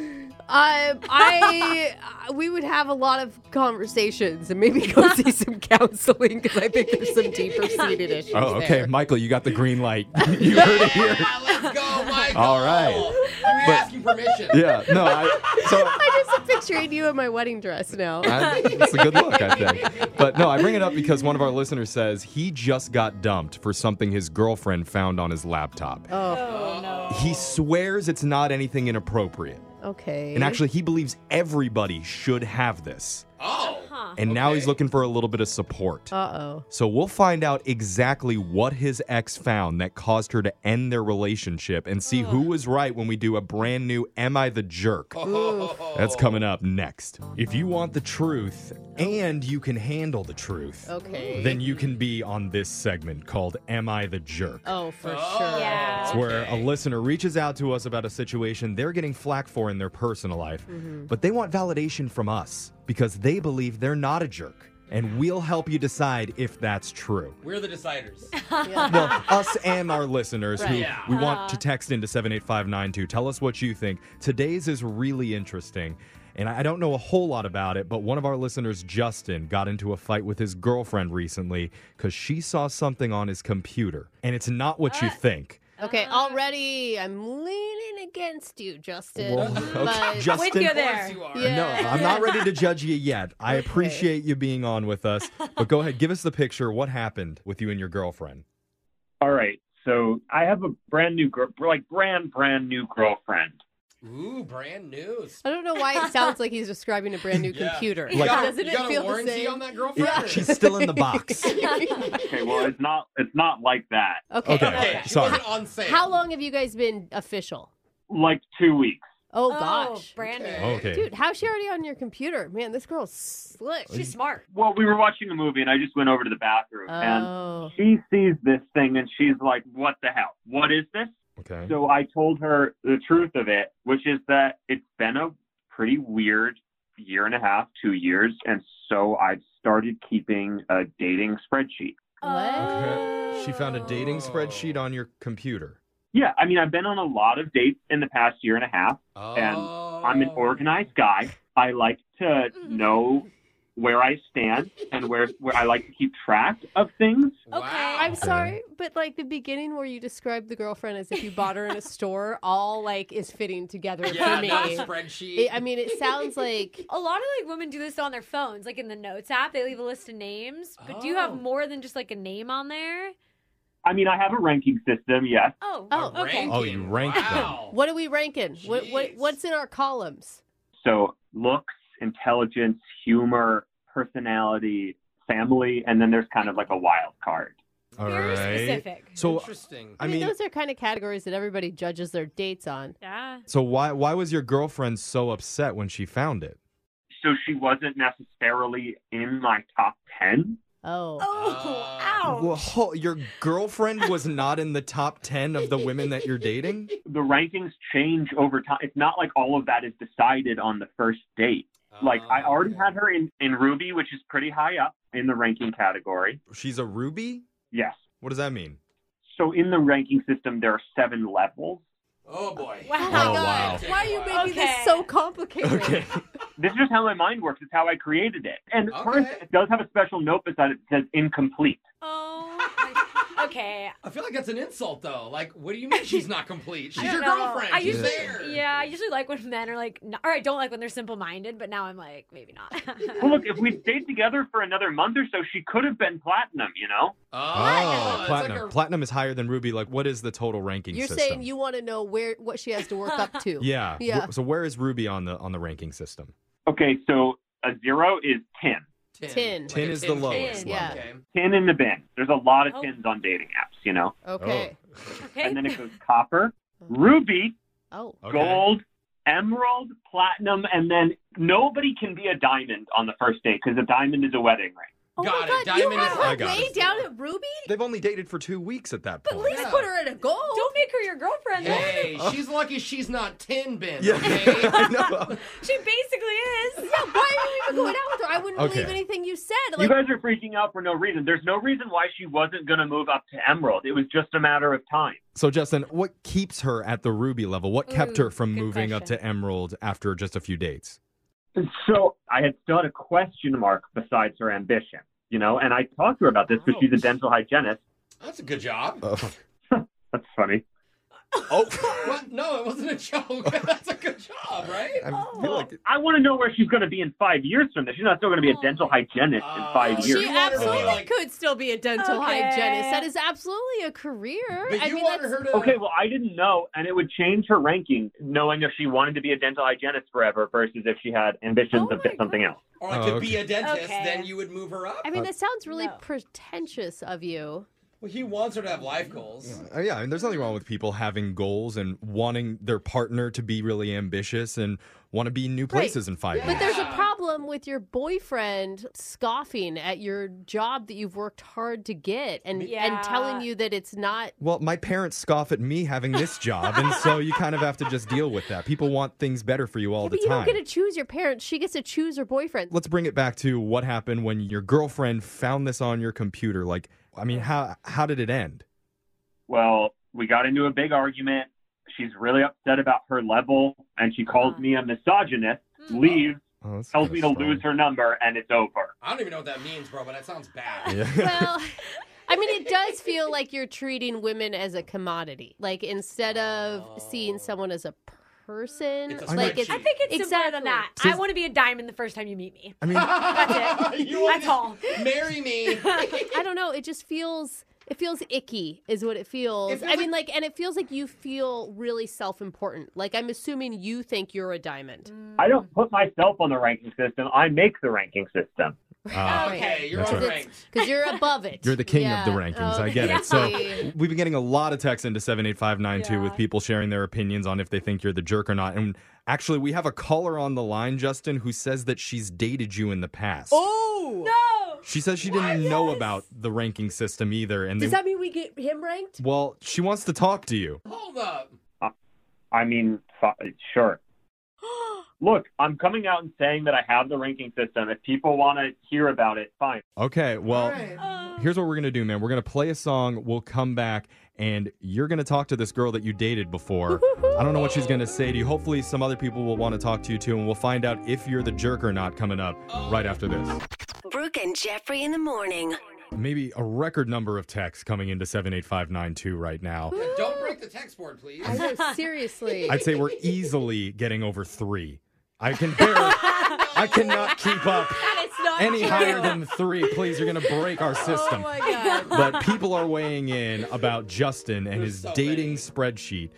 A: Uh, I uh, we would have a lot of conversations and maybe go see some counseling because I think there's some deeper seated issues.
C: Oh, okay,
A: there.
C: Michael, you got the green light. you heard it here.
B: Let's go, Mike.
C: All right. But-
B: asking permission.
C: Yeah, no, I, so
A: I just am picturing you in my wedding dress now.
C: I, it's a good look, I think. But no, I bring it up because one of our listeners says he just got dumped for something his girlfriend found on his laptop.
A: Oh. no.
C: He swears it's not anything inappropriate.
A: Okay.
C: And actually, he believes everybody should have this.
B: Oh.
C: And now he's looking for a little bit of support.
A: Uh oh.
C: So we'll find out exactly what his ex found that caused her to end their relationship and see who was right when we do a brand new Am I the Jerk? That's coming up next. If you want the truth and you can handle the truth,
A: Okay.
C: then you can be on this segment called Am I the Jerk?
A: Oh, for sure.
C: It's where a listener reaches out to us about a situation they're getting flack for in their personal life,
A: Mhm.
C: but they want validation from us because they believe they're not a jerk. And we'll help you decide if that's true.
B: We're the deciders.
C: well, us and our listeners who
B: Right. Yeah.
C: we want to text into 78592. Tell us what you think. Today's is really interesting. And I I don't know a whole lot about it, but one of our listeners, Justin, got into a fight with his girlfriend recently because she saw something on his computer. And it's not what you think.
A: Okay, already I'm leaning against you, Justin.
C: Well, okay,
A: but-
C: Justin. With you there.
A: Yeah.
C: No, I'm not ready to judge you yet. I appreciate you being on with us. But go ahead, give us the picture. What happened with you and your girlfriend?
M: All right. So I have a brand new girl, like brand brand new girlfriend.
B: Ooh, brand new.
A: I don't know why it sounds like he's describing a brand new computer.
B: You got,
A: Doesn't
B: you
A: it
B: got
A: feel
B: a
A: the
B: warranty
A: same?
B: on that girlfriend?
A: Yeah.
B: or-
C: She's still in the box.
M: Okay, well it's not it's not like that.
A: Okay.
C: Okay, Okay, she sorry. wasn't
B: on sale.
A: How long have you guys been official?
M: Like two weeks.
A: Oh, gosh.
E: brand new.
C: Okay.
A: Dude, how's she already on your computer? Man, this girl's slick.
E: She's smart.
M: Well, we were watching a movie and I just went over to the bathroom and
A: Oh.
M: she sees this thing and she's like, "What the hell? What is this?"
C: Okay.
M: So I told her the truth of it, which is that it's been a pretty weird year and a half, two years, and so I started keeping a dating spreadsheet.
C: Okay. She found a dating spreadsheet on your computer.
M: Yeah, I mean, I've been on a lot of dates in the past year and a half, and I'm an organized guy. I like to know where I stand and where where I like to keep track of things.
A: Okay. I'm sorry, but like the beginning where you described the girlfriend as if you bought her in a store, all like is fitting together
B: Yeah,
A: for me.
B: not a spreadsheet.
A: It- I mean, it sounds like
E: A lot of like women do this on their phones, like in the notes app. They leave a list of names. But do you
A: Oh.
E: have more than just like a name on there?
M: I mean, I have a ranking system, yes.
E: Oh,
A: Oh,
E: okay.
C: Oh, you ranked
A: what are we ranking? What, what what's in our columns?
M: So looks, intelligence, humor, personality, family, and then there's kind of like a wild card.
C: All
M: Very
C: right.
M: specific.
C: So
M: Interesting.
C: I mean,
A: those are kind of categories that everybody judges their dates on.
E: Yeah.
C: so why why was your girlfriend so upset when she found it?
M: So she wasn't necessarily in my top 10.
A: Oh.
E: Oh,
C: Well, ho- your girlfriend was not in the top 10 of the women that you're dating?
M: The rankings change over time. It's not like all of that is decided on the first date. Like I
C: Oh,
M: already had her in, in Ruby, which is pretty high up in the ranking category.
C: She's a Ruby?
M: Yes.
C: What does that mean?
M: So in the ranking system, there are seven levels.
B: Oh boy.
A: Wow.
C: Oh, wow.
A: Why are you making this so complicated?
C: Okay.
M: This is just how my mind works. It's how I created it. And first, it does have a special note beside it that says incomplete.
E: oh. okay.
B: I feel like that's an insult, though. Like, what do you mean she's not complete?
E: I
B: She's your
E: don't know.
B: girlfriend.
E: I
B: She's
E: usually,
B: there.
E: yeah, I usually like when men are like, n- or I don't like when they're simple-minded, but now I'm like, maybe not.
M: Well, look, if we stayed together for another month or so, she could have been platinum, you know?
C: Oh,
A: it's
C: platinum.
A: like a-
C: Platinum is higher than ruby. Like, what is the total ranking
A: You're
C: system?
A: saying you want to know where what she has to work up to.
C: yeah. Wh-
A: Yeah.
C: So where is ruby on the on the ranking system?
M: Okay, so a zero is 10.
A: Tin.
C: Tin is the lowest
A: Yeah.
M: 10 in the bin. There's a lot of
A: Oh.
M: tins on dating apps, you know?
A: Okay.
C: Oh.
A: Uh-huh.
M: And then it goes copper, ruby,
A: Oh.
M: gold, emerald, platinum, and then nobody can be a diamond on the first date because a diamond is a wedding ring.
A: Oh
B: Got
A: my
B: it.
A: God, you
C: Diamond is-
A: had
C: I
A: her
C: got
A: way
C: it.
A: down at Ruby?
C: They've only dated for two weeks at that
A: At
C: point.
A: least put her in a gold.
E: don't make her your girlfriend. though.
B: Oh, Hey, she's lucky she's not tin bin.
C: Yeah.
B: Okay?
E: She basically is.
A: Yeah, why are you even going out with her? I wouldn't
M: Okay.
A: believe anything you said.
M: You
A: Like,
M: guys are freaking out for no reason. There's no reason why she wasn't going to move up to emerald. It was just a matter of time.
C: So Justin, what keeps her at the ruby level? What kept
M: Ooh,
C: her from moving up to emerald after just a few dates?
M: So I had still had a question mark besides her ambition, you know, and I talked to her about this because she's a dental hygienist.
B: That's a good job.
M: That's funny.
C: Oh.
B: What? No, it wasn't a joke. That's a good job, right?
M: I want to know where she's going to be in five years from this. She's not still going to be a dental hygienist in five years.
A: she absolutely could still be a dental
E: Okay.
A: hygienist. That is absolutely a career.
B: But
A: I
B: you
A: mean,
B: wanted
A: that's-
B: her to-
M: Okay, well, I didn't know, and it would change her ranking knowing if she wanted to be a dental hygienist forever versus if she had ambitions of something else.
B: Or like to be a dentist, then you would move her up.
A: I mean, that sounds really pretentious of you.
B: Well, he wants her to have life goals.
C: Uh, yeah, I mean, there's nothing wrong with people having goals and wanting their partner to be really ambitious and want to be in new places in five
A: But
C: years.
A: there's a problem with your boyfriend scoffing at your job that you've worked hard to get and and telling you that it's not
C: Well, my parents scoff at me having this job, and so you kind of have to just deal with that. People want things better for you all
A: but
C: the
A: you
C: time.
A: don't get to choose your parents. She gets to choose her boyfriend.
C: Let's bring it back to what happened when your girlfriend found this on your computer. Like, I mean, how how did it end?
M: Well, we got into a big argument. She's really upset about her level, and she calls me a misogynist, leaves, tells me to lose her number, and it's over.
B: I don't even know what that means, bro, but that sounds bad.
A: Well, I mean, it does feel like you're treating women as a commodity. Like instead of seeing
B: Oh.
A: someone as a person,
E: It's a
A: like
E: I think it's simpler than that.
A: Exactly.
E: I want to be a diamond the first time you meet me.
C: I mean,
E: that's it.
B: You want
E: that's all.
B: Marry me.
A: I don't know. It just feels. It feels icky, is what it feels.
B: It feels
A: I mean, like, and it feels like you feel really self important. Like, I'm assuming you think you're a diamond.
M: I don't put myself on the ranking system. I make the ranking system.
B: okay, you're
C: That's
B: on
C: Ah. right.
B: ranked.
A: Because you're above it.
C: You're the king
A: Yeah. Oh,
C: of the rankings. I
A: Okay.
C: get it. So
A: Yeah.
C: we've been getting a lot of texts into 78592 with people sharing their opinions on if they think you're the jerk or not. And actually, we have a caller on the line, Justin, who says that she's dated you in the past.
A: Oh
E: no!
C: She says she didn't know about the ranking system either. And
A: Does
C: they-
A: that mean we get him ranked?
C: well, she wants to talk to you.
B: Hold up.
M: I mean, fi- sure. Look, I'm coming out and saying that I have the ranking system. If people want to hear about it, fine.
C: Okay, well, here's what we're going to do, man. We're going to play a song, we'll come back, and you're going to talk to this girl that you dated before. I don't know what she's going to say to you. Hopefully, some other people will want to talk to you too, and we'll find out if you're the jerk or not coming up right after this.
G: Brooke and Jeffrey in the morning.
C: Maybe a record number of texts coming into 78592 right now.
B: And don't break the text board, please.
A: I know, seriously.
C: I'd say we're easily getting over three. I can barely, I cannot keep up
E: That is not
C: any
E: true. Oh
C: higher than three. Please, you're going to break our system.
E: God.
C: but people are weighing in about Justin and his dating spreadsheet.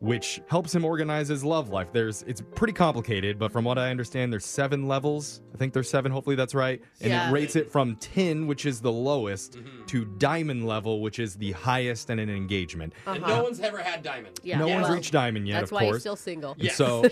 C: which helps him organize his love life. There's it's pretty complicated, but from what I understand, there's seven levels. I think there's seven. Hopefully that's right. And
F: Yeah.
C: it rates it from tin, which is the lowest, to diamond level, which is the highest in an engagement.
B: And no one's ever had diamond.
C: No one's reached diamond yet,
A: Oh, Uh-huh. That's
C: of
A: why
C: course.
A: you're still single.
C: And So,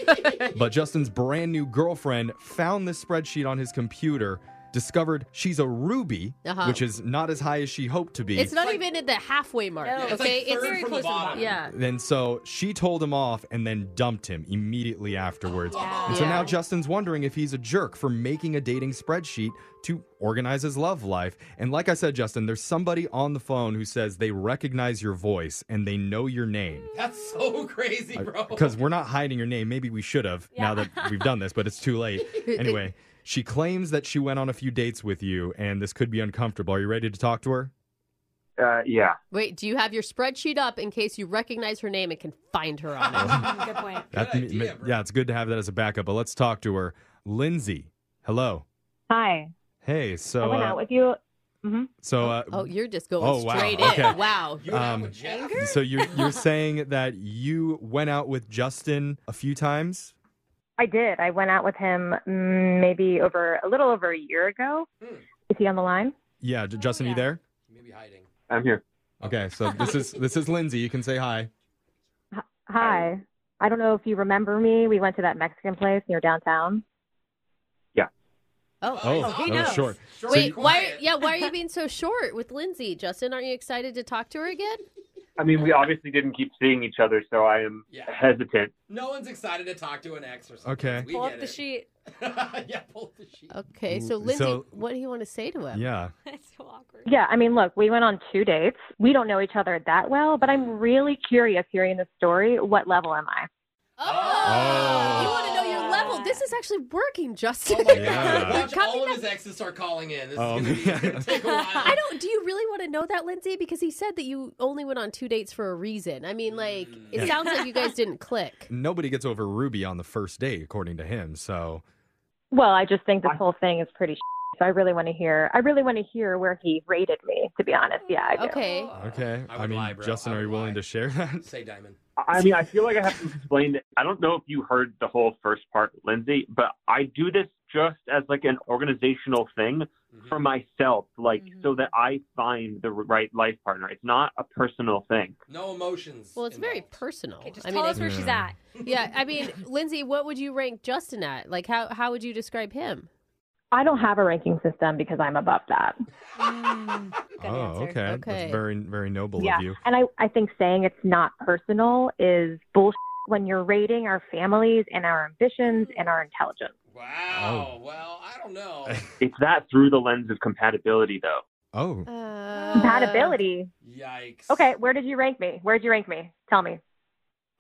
C: but Justin's brand new girlfriend found this spreadsheet on his computer, discovered she's a ruby,
A: Uh-huh.
C: which is not as high as she hoped to be.
A: it's not even at the halfway mark.
E: No, it's
A: okay,
E: like third from the bottom.
A: Yeah.
C: and so she told him off and then dumped him immediately afterwards.
A: Yeah.
C: And so
A: Yeah.
C: now Justin's wondering if he's a jerk for making a dating spreadsheet to organize his love life. And like I said, Justin, there's somebody on the phone who says they recognize your voice and they know your name.
B: That's so crazy, bro.
C: Because we're not hiding your name. Maybe we should have now that we've done this, but it's too late. Anyway, she claims that she went on a few dates with you and this could be uncomfortable. Are you ready to talk to her?
M: Uh, yeah.
A: Wait, do you have your spreadsheet up in case you recognize her name and can find her on it? Good point.
C: That, yeah, it's good to have that as a backup, but let's talk to her. Lindsay, hello.
N: Hi.
C: Hey, so.
N: I went
C: uh,
N: out with you. hmm
C: so uh,
A: Oh, you're just going
C: Oh, wow.
A: straight
C: Okay.
A: in. Wow.
C: um, so you're you're saying that you went out with Justin a few times?
N: I did. I went out with him mm, maybe over a little over a year ago. Is he on the line?
C: Yeah,
A: Oh,
C: J- Justin, you there?
M: I'm here.
C: Okay, so this is this is Lindsay. You can say hi.
N: Hi. I don't know if you remember me. We went to that Mexican place near downtown.
A: Oh,
C: Oh, oh, he that was knows. short. So
A: Wait,
C: you-
A: why? Yeah, why are you being so short with Lindsay? Justin, aren't you excited to talk to her again?
M: I mean, we obviously didn't keep seeing each other, so I am hesitant.
B: No one's excited to talk to an ex or something.
C: Okay.
B: We
E: Pull
B: get
E: up the
B: it.
E: sheet. Oh.
B: yeah, pull up the sheet.
A: Okay, so
N: Mm,
A: Lindsay,
N: so-
A: what do you want to say to him?
C: Yeah.
E: That's so awkward.
N: Yeah, I mean, look, we went on two dates. We don't know each other that well, but I'm really curious hearing the story. What level am I?
A: Oh, You want to know your level? This is actually working, Justin.
C: Oh Yeah.
B: Watch all of his exes start calling in. This
C: Um,
B: is gonna be
A: I don't. Do you really want to know that, Lindsay? Because he said that you only went on two dates for a reason. I mean, like, it
B: Mm.
C: Yeah.
A: sounds like you guys didn't click.
C: Nobody gets over Ruby on the first date, according to him. So
N: Well, I just think this whole thing is pretty. so I really want to hear. I really want to hear where he rated me. To be honest, yeah. I do.
A: Okay.
C: okay, I, mean, Justin, are you willing to share that?
B: Say diamond.
M: I mean, I feel like I have to explain. That. I don't know if you heard the whole first part, Lindsay, but I do this just as like an organizational thing
B: Mm-hmm.
M: for myself, like
C: Mm-hmm.
M: so that I find the right life partner. It's not a personal thing.
B: No emotions.
A: Well, it's very personal.
E: just
A: I
E: tell
A: mean,
E: us where
A: it-
E: she's at.
A: Yeah, I mean, Lindsay, what would you rank Justin at? Like, how how would you describe him?
N: I don't have a ranking system because I'm above that.
C: Oh, okay.
N: Okay.
C: That's very very noble
N: yeah.
C: of you.
N: And I, I think saying it's not personal is bullshit when you're rating our families and our ambitions and our intelligence.
C: Oh.
B: Wow. Oh, Well, I don't know.
M: It's that through the lens of compatibility, though.
C: Oh.
N: Compatibility.
B: Yikes.
N: Okay, where did you rank me? Where'd you rank me? Tell me.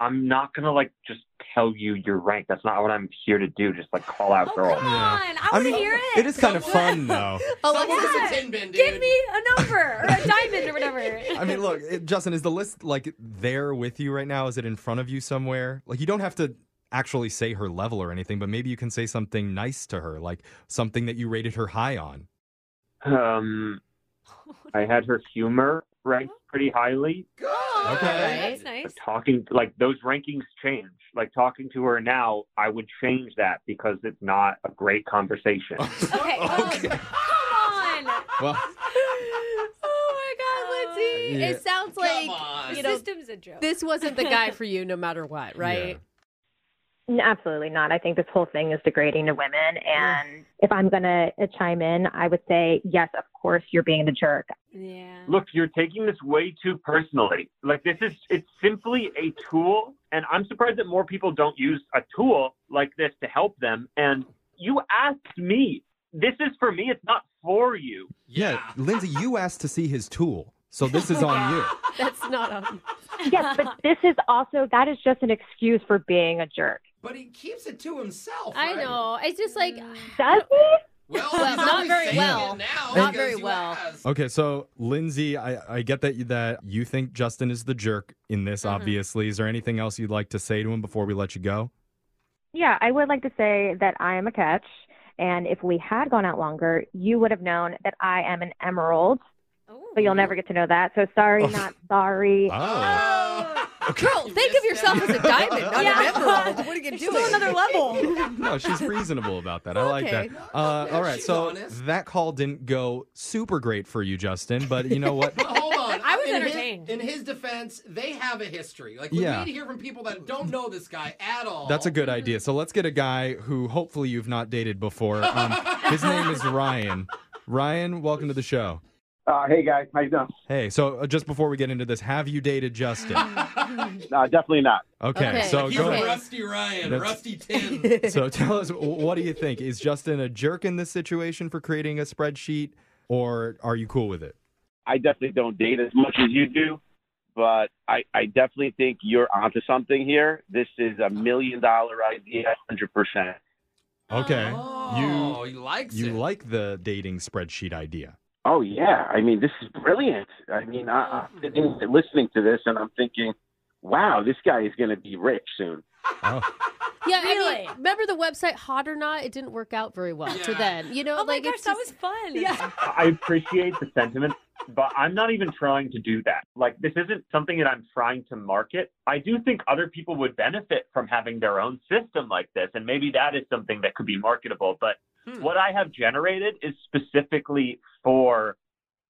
M: I'm not gonna like just tell you your rank. That's not what I'm here to do. Just like call out girls.
E: I want to hear it.
C: It is kind of fun though.
B: Alexis
E: Yeah.
B: a tin bin, dude.
E: Give me a number or a diamond or whatever.
C: I mean, look, it, Justin, is the list like there with you right now? Is it in front of you somewhere? Like, you don't have to actually say her level or anything, but maybe you can say something nice to her, like something that you rated her high on.
M: Um, I had her humor ranked pretty highly.
E: That's nice.
M: talking like those rankings change like talking to her now i would change that because it's not a great conversation
E: Okay. Come on.
C: well
A: Oh my God, Lindsay!
M: Yeah.
A: It sounds like you know,
E: system's a joke.
A: this wasn't the guy for you, no matter what, right?
N: N- Absolutely not. I think this whole thing is degrading to women. And if I'm going to chime in, I would say, yes, of course, you're being the jerk.
M: look you're taking this way too personally like this is it's simply a tool and i'm surprised that more people don't use a tool like this to help them and you asked me this is for me it's not for you
C: Yeah. Lindsay, you asked to see his tool, so this is on you.
A: That's not on.
N: yes, but this is also, that is just an excuse for being a jerk.
B: But he keeps it to himself.
A: I
B: right?
A: know. It's just like
E: Mm.
N: Does he?
B: Well,
A: Well,
B: he's
A: not
B: only
A: very
B: saying
A: well.
B: it now
A: Not
B: because
A: very
B: you
A: well.
B: asked.
C: Okay, so Lindsay, I, I get that you, that you think Justin is the jerk in this, obviously. Is there anything else you'd like to say to him before we let you go?
N: Yeah, I would like to say that I am a catch. And if we had gone out longer, you would have known that I am an emerald. But you'll never get to know that. So sorry, not sorry.
C: Oh.
A: Girl, think of yourself as a diamond, not
E: Yeah.
A: an emerald. What are you doing?
E: Still another level.
C: No, she's reasonable about that. I like that.
A: Okay.
C: Uh, all right,
A: She's
C: so
A: honest.
C: that call didn't go super great for you, Justin, but you know what?
B: But hold on.
E: I was
B: in his-
E: entertained.
B: in his defense, they have a history. Like we
C: Yeah.
B: need to hear from people that don't know this guy at all.
C: That's a good idea. So let's get a guy who hopefully you've not dated before. Um, his name is Ryan. Ryan, welcome to the show.
O: Uh, hey guys, how you doing?
C: Hey, so uh, just before we get into this, have you dated Justin?
O: No, definitely not.
C: Okay, so
B: He's
C: go ahead.
B: Rusty Ryan,
C: That's-
B: Rusty Tim.
C: So tell us, wh- what do you think? Is Justin a jerk in this situation for creating a spreadsheet, or are you cool with it?
O: I definitely don't date as much as you do, but I, I definitely think you're onto something here. This is a million dollar idea, hundred percent.
C: Okay.
B: Oh, he likes
C: you like the dating spreadsheet idea.
O: Oh yeah, I mean this is brilliant. I mean, I, I'm sitting, listening to this and I'm thinking, wow, this guy is going to be rich soon.
A: Yeah, I mean, remember the website Hot or Not? It didn't work out very well for them. You know,
P: Oh
A: like
P: my gosh,
A: it's
P: that
A: just-
P: was fun.
A: Yeah.
M: I appreciate the sentiment, but I'm not even trying to do that. Like, this isn't something that I'm trying to market. I do think other people would benefit from having their own system like this, and maybe that is something that could be marketable. But what I have generated is specifically for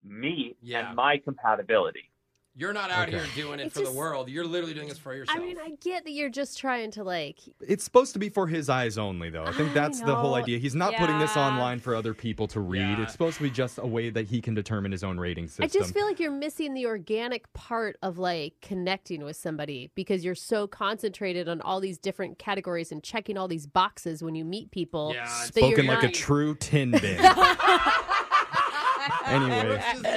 M: me and my compatibility.
B: You're not out
M: Okay.
B: here doing it
A: It's
B: for
A: just-
B: the world. You're literally doing this for yourself.
A: I mean, I get that you're just trying to like.
C: It's supposed to be for his eyes only, though. I think that's the whole
A: know.
C: idea. He's not putting this
A: Yeah.
C: online for other people to read. It's supposed to be just a way that he can determine his own rating system.
A: I just feel like you're missing the organic part of like connecting with somebody because you're so concentrated on all these different categories and checking all these boxes when you meet people. Yeah,
C: Spoken like a true tin bin. anyway,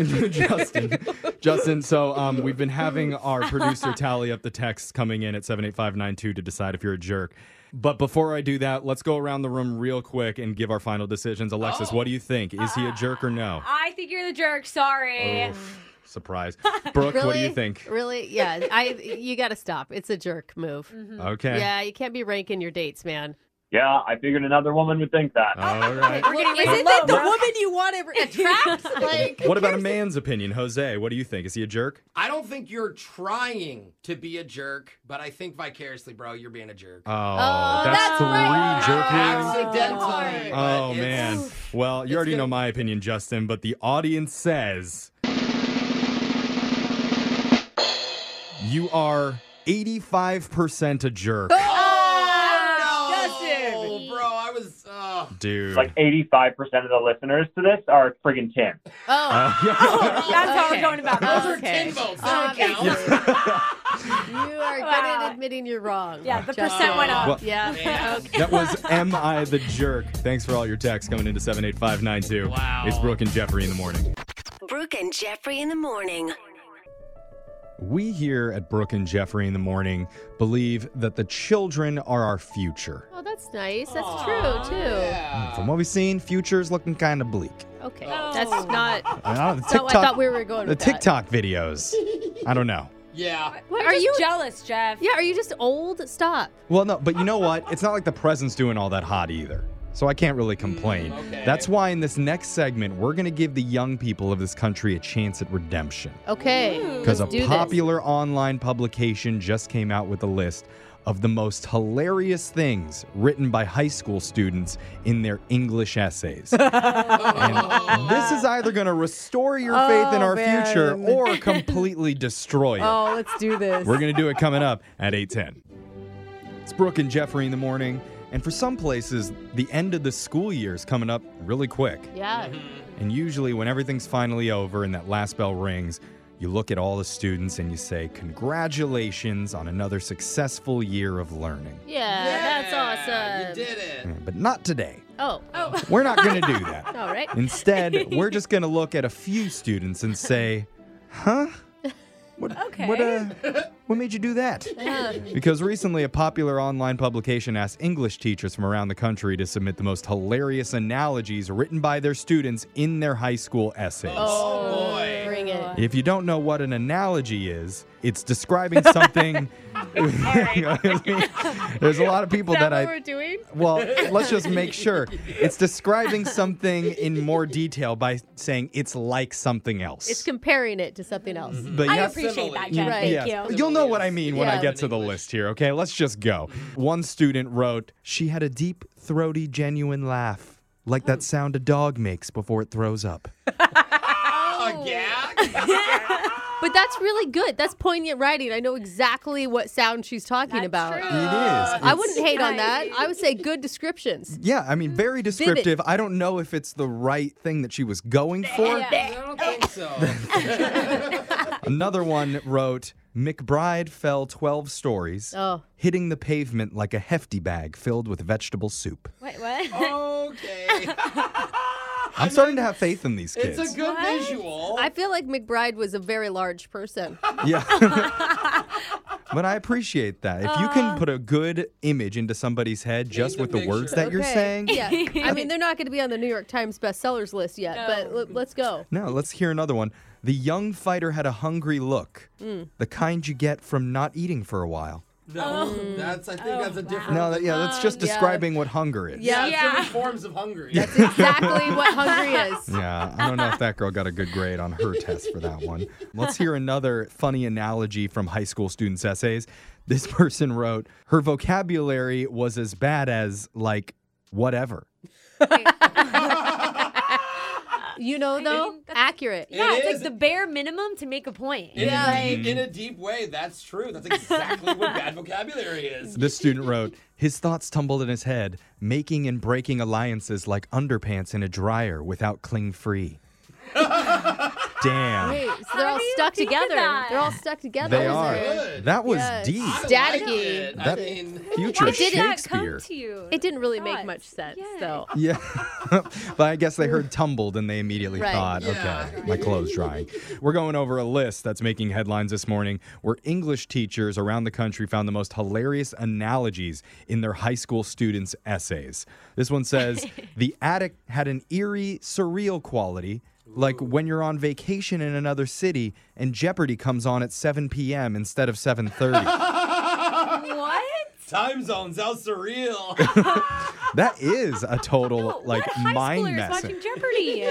C: Justin, Justin. So um, we've been having our producer tally up the texts coming in at seven eight five nine two to decide if you're a jerk. But before I do that, let's go around the room real quick and give our final decisions. Alexis, what do you think? Is he a jerk or no?
P: I think you're the jerk. Sorry.
A: Oh.
C: Oof, surprise. Brooke, what do you
A: Really?
C: think?
A: Really? Yeah. I you got to stop. It's a jerk move.
C: Okay.
A: Yeah, you can't be ranking your dates, man.
M: Yeah, I figured another woman would think that.
C: All right.
A: Well, isn't that the woman you want to attract? like,
C: What about a man's opinion? Jose, what do you think? Is he a jerk?
B: I don't think you're trying to be a jerk, but I think vicariously, bro, you're being a jerk.
C: Oh, that's, three jerk
B: Accidentally.
C: Oh, man. Well, you already know my opinion, Justin, but the audience says you are 85% a jerk.
B: Oh, bro, I was. Uh,
C: Dude.
M: Like 85% of the listeners to this are friggin' Tim.
C: Uh,
A: Oh.
E: That's how we're going about
A: Those
E: this.
A: are tin
E: votes.
A: Um, You are good at admitting you're wrong. Yeah,
E: the percent went up.
C: Well-
A: yeah. Okay.
C: That was Am I the Jerk? Thanks for all your texts coming into 78592. Wow. It's Brooke and Jeffrey in the morning.
G: Brooke and Jeffrey in the morning.
C: We here at Brooke and Jeffrey in the Morning believe that the children are our future.
A: Oh, that's nice. That's true too.
C: From what we've seen, future's looking kind of bleak.
A: Okay, that's not.
C: I don't know, the
A: That's not what I
C: TikTok-
A: thought we were going
C: The
A: with that.
C: TikTok videos. I don't know.
B: Yeah.
A: are you jealous, Jeff? Yeah. Are you just old? Stop.
C: Well, no, but you know what? It's not like the present's doing all that hot either. So I can't really complain. That's why in this next segment, we're going to give the young people of this country a chance at redemption.
A: Okay.
C: Because a
A: let's do this.
C: popular online publication just came out with a list of the most hilarious things written by high school students in their English essays. and this is either going to restore your faith in
A: Oh,
C: our
A: man.
C: future or completely destroy it.
A: Oh, let's do this.
C: We're going to do it coming up at 8:10. It's Brooke and Jeffrey in the morning, and for some places, the end of the school year is coming up really quick.
A: Yeah.
B: Mm-hmm.
C: And usually, when everything's finally over and that last bell rings, you look at all the students and you say, Congratulations on another successful year of learning.
A: Yeah, that's awesome. You did it.
C: But not today.
A: Oh. Mm. Oh.
C: We're not going to do that.
A: All right.
C: Instead, we're just going to look at a few students and say, Huh?
P: okay.
C: What, uh, what made you do that?
A: Uh,
C: Because recently, a popular online publication asked English teachers from around the country to submit the most hilarious analogies written by their students in their high school essays.
Q: Oh.
A: Oh boy. Bring it.
C: If you don't know what an analogy is, it's describing something You know what I mean? There's a lot of people
Q: Is that,
C: I.
Q: what we're doing?
C: Well, let's just make sure. It's describing something in more detail by saying it's like something else.
A: It's comparing it to something else.
B: Mm-hmm.
C: Mm-hmm. But I yes- appreciate
A: that,
C: Y- yes. You'll know what I mean when I
A: Yeah.
C: get to the list here, okay? Let's just go. One student wrote, She had a deep, throaty, genuine laugh, like that sound a dog makes before it throws up.
A: But that's really good. That's poignant writing. I know exactly what sound she's talking about.
C: It is.
A: I
C: It's-
A: wouldn't hate on that. I would say good descriptions.
C: Yeah, I mean, very descriptive. I don't know if it's the right thing that she was going for.
B: I don't think so.
C: Another one wrote, McBride fell 12 stories,
A: Oh.
C: hitting the pavement like a hefty bag filled with vegetable soup.
E: Wait, what?
A: Oh.
B: Okay.
C: I'm starting to have faith in these kids.
B: It's a good visual.
A: I feel like McBride was a very large person.
C: Yeah. but I appreciate that. If you
A: Aw.
C: can put a good image into somebody's head just with the words that you're
A: Okay.
C: saying.
A: Yeah. I mean, they're not going to be on the New York Times bestsellers list yet, but l- let's go.
C: Now, let's hear another one. The young fighter had a hungry look,
A: Mm.
C: the kind you get from not eating for a while.
B: No, Oh, that's. I think
A: Oh,
B: that's a different.
C: Oh. No, that, yeah, that's just
B: Yeah.
C: describing what hunger is.
B: Yeah,
A: Yeah.
B: different forms of hungry.
A: Exactly what hungry is.
C: Yeah, I don't know if that girl got a good grade on her test for that one. Let's hear another funny analogy from high school students' essays. This person wrote, her vocabulary was as bad as, like, whatever.
A: You know, though, accurate.
E: Yeah, it's like the bare minimum to make a point.
B: In,
C: Yeah,
B: a deep,
C: like-
B: in a deep way, that's true. That's exactly what bad vocabulary is.
C: This student wrote, his thoughts tumbled in his head, making and breaking alliances like underpants in a dryer without cling free. Damn.
A: Wait, so they're all stuck
E: think of
A: together.
E: that?
A: They're all stuck together.
C: They are. That was
A: Yes.
C: deep.
A: Staticky.
C: That future Shakespeare.
A: you? It didn't really make much sense, though.
C: Yeah. but I guess they heard tumbled and they immediately
A: Right.
C: thought,
A: Yeah.
C: okay, my clothes drying. We're going over a list that's making headlines this morning where English teachers around the country found the most hilarious analogies in their high school students' essays. This one says, the attic had an eerie, surreal quality. Like when you're on vacation in another city and Jeopardy comes on at 7 p.m. instead of 7:30.
E: what?
B: Time zones, how surreal.
C: that is a total like mind
E: Schoolers
C: messing.
E: watching Jeopardy.